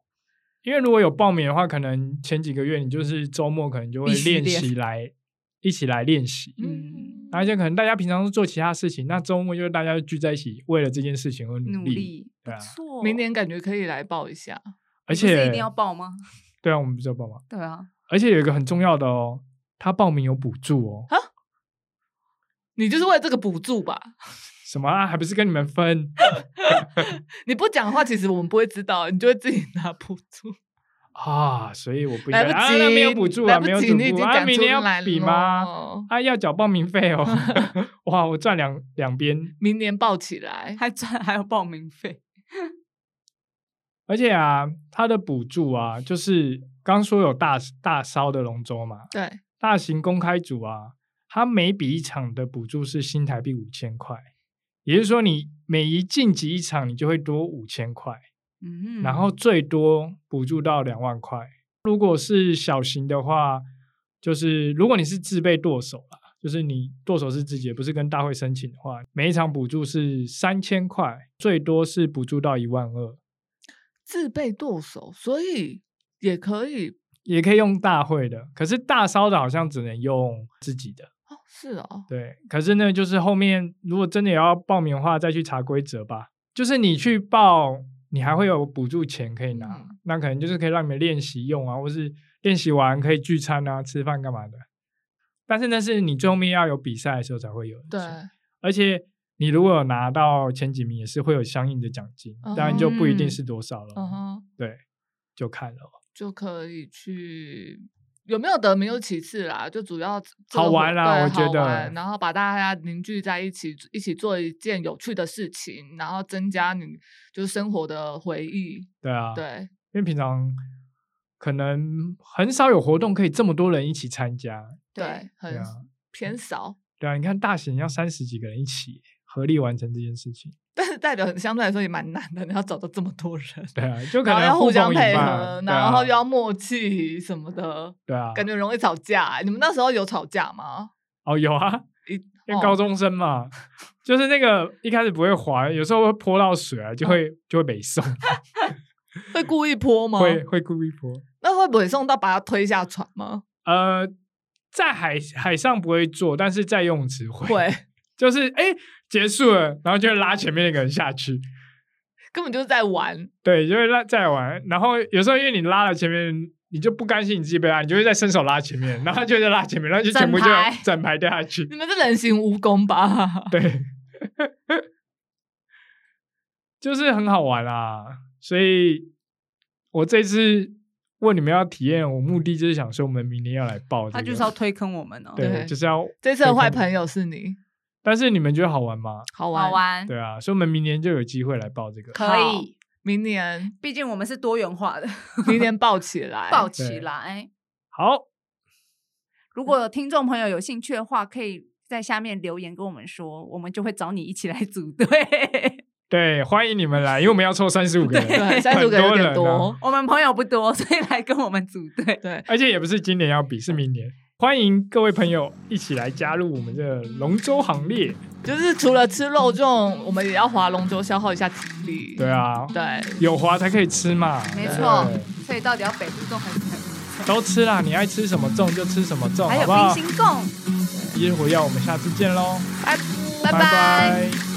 Speaker 1: 因为如果有报名的话，可能前几个月你就是周末可能就会
Speaker 2: 一起
Speaker 1: 练
Speaker 2: 练
Speaker 1: 习来一起来练习，
Speaker 2: 嗯，
Speaker 1: 而且可能大家平常是做其他事情，那周末就是大家聚在一起，为了这件事情而努
Speaker 3: 努
Speaker 1: 力。
Speaker 3: 力，
Speaker 1: 对啊
Speaker 3: 不错。
Speaker 2: 明年感觉可以来报一下，
Speaker 1: 而
Speaker 3: 不是
Speaker 1: 且
Speaker 3: 一定要报吗？
Speaker 1: 对啊，我们不是有报吗？
Speaker 3: 对啊，
Speaker 1: 而且有一个很重要的哦，他报名有补助哦，
Speaker 2: 你就是为这个补助吧？
Speaker 1: 什么啊，还不是跟你们分
Speaker 2: 你不讲的话，其实我们不会知道，你就会自己拿补助。
Speaker 1: 啊？所以我 不应
Speaker 2: 来
Speaker 1: 该
Speaker 2: 不及，
Speaker 1: 啊，那没有补助
Speaker 2: 来
Speaker 1: 啊，
Speaker 2: 不
Speaker 1: 没有
Speaker 2: 及，
Speaker 1: 补
Speaker 2: 你已
Speaker 1: 助
Speaker 2: 经
Speaker 1: 啊，
Speaker 2: 讲
Speaker 1: 明
Speaker 2: 出
Speaker 1: 年
Speaker 2: 来
Speaker 1: 要比吗？
Speaker 2: 了？
Speaker 1: 啊，要缴报名费 哦，哇，我赚两两边，
Speaker 2: 明年报起来，
Speaker 3: 还赚还有报名 费，
Speaker 1: 而且啊，它的补助啊，就是刚说有大大烧的龙舟嘛，
Speaker 2: 对，
Speaker 1: 大型公开组啊，它每比一场的补助是新台币五千块，也就是说你每一晋级一场，你就会多五千块，
Speaker 3: 嗯，
Speaker 1: 然后最多补助到两万块。如果是小型的话，就是如果你是自备剁手啦，就是你剁手是自己的，不是跟大会申请的话，每一场补助是三千块，最多是补助到一万二，
Speaker 2: 自备剁手，所以也可以
Speaker 1: 也可以用大会的，可是大烧的好像只能用自己的。
Speaker 2: 哦，是哦，
Speaker 1: 对，可是呢，就是后面如果真的也要报名的话，再去查规则吧。就是你去报，你还会有补助钱可以拿，
Speaker 2: 嗯
Speaker 1: 那可能就是可以让你们练习用啊，或是练习完可以聚餐啊、吃饭干嘛的。但是那是你最后面要有比赛的时候才会有的
Speaker 2: 对，
Speaker 1: 钱而且你如果有拿到前几名，也是会有相应的奖金，当然就不一定是多少了，
Speaker 2: 嗯哼，
Speaker 1: 对，就看了，
Speaker 2: 就可以去。有没有得名就其次啦，就主要这
Speaker 1: 好
Speaker 2: 个活
Speaker 1: 玩啦
Speaker 2: 对
Speaker 1: 我
Speaker 2: 好
Speaker 1: 觉得
Speaker 2: 玩然后把大家凝聚在一起，一起做一件有趣的事情，然后增加你就是生活的回忆。
Speaker 1: 对啊，
Speaker 2: 对，
Speaker 1: 因为平常可能很少有活动可以这么多人一起参加，
Speaker 2: 对，
Speaker 1: 对
Speaker 2: 很
Speaker 1: 啊。
Speaker 2: 偏少，
Speaker 1: 对啊，你看大型要三十几个人一起合力完成这件事情，
Speaker 2: 但是代表相对来说也蛮难的，你要找到这么多人，
Speaker 1: 对啊，就可
Speaker 2: 然后
Speaker 1: 能
Speaker 2: 要互
Speaker 1: 互
Speaker 2: 相
Speaker 1: 捧
Speaker 2: 配
Speaker 1: 引发
Speaker 2: 合，
Speaker 1: 对啊
Speaker 2: 然后又要默契什么的，
Speaker 1: 对啊，
Speaker 2: 感觉容易吵架欸、你们那时候有吵架吗？
Speaker 1: 哦有啊，
Speaker 2: 一
Speaker 1: 因为高
Speaker 2: 哦
Speaker 1: 中生嘛，就是那个一开始不会滑，有时候会泼到水
Speaker 2: 嗯
Speaker 1: 啊，就会、就会北送，
Speaker 2: 会故意泼吗？
Speaker 1: 嗯会会故意泼。
Speaker 2: 那会不会送到把他推下船吗？
Speaker 1: 呃，在海海上不会做，但是在游泳池会，
Speaker 2: 会，
Speaker 1: 就是哎、结束了，然后就会拉前面那个人下去，
Speaker 2: 根本就是在玩。
Speaker 1: 对，就会拉再玩。然后有时候因为你拉了前面，你就不甘心你自己被拉，你就会再伸手拉前面，然后就会再拉前面，然后就全部就
Speaker 3: 整排
Speaker 1: 整排掉下去。
Speaker 2: 你们是人形蜈蚣吧？
Speaker 1: 对，就是很好玩啦。所以我这次问你们要体验，我目的就是想说，我们明年要来报、这
Speaker 3: 他
Speaker 1: 个，
Speaker 3: 就是要推坑我们哦，
Speaker 1: 对，
Speaker 2: 对
Speaker 1: 就是要。
Speaker 2: 这次的坏朋友是你，
Speaker 1: 但是你们觉得好玩吗？
Speaker 2: 好玩
Speaker 3: 好玩，
Speaker 1: 对啊，所以我们明年就有机会来报这个。
Speaker 3: 可以，
Speaker 2: 明年，
Speaker 3: 毕竟我们是多元化的，
Speaker 2: 明年抱起来，
Speaker 3: 抱起来。
Speaker 1: 好，
Speaker 3: 哎如果有听众朋友有兴趣的话，可以在下面留言跟我们说，我们就会找你一起来组队。
Speaker 1: 对，欢迎你们来，因为我们要凑三十五个人，
Speaker 2: 对，三十五个有点
Speaker 1: 很多人
Speaker 2: 多
Speaker 1: 啊，
Speaker 3: 我们朋友不多，所以来跟我们组队。
Speaker 2: 对，
Speaker 1: 而且也不是今年要比，是明年。欢迎各位朋友一起来加入我们的龙舟行列。
Speaker 2: 就是除了吃肉粽，我们也要划龙舟消耗一下体力。
Speaker 1: 对啊，
Speaker 2: 对，
Speaker 1: 有滑才可以吃嘛。
Speaker 3: 没错
Speaker 1: 对，
Speaker 3: 所以到底要北部粽还是南部
Speaker 1: 都吃啦，你爱吃什么粽就吃什么粽，
Speaker 3: 粽？
Speaker 1: 哦
Speaker 3: 还
Speaker 1: 好
Speaker 3: 有
Speaker 1: 不好
Speaker 3: 冰？心粽。
Speaker 1: 一日火药，我们下次见喽，
Speaker 2: 拜
Speaker 3: 拜
Speaker 1: 拜
Speaker 3: 拜
Speaker 1: 拜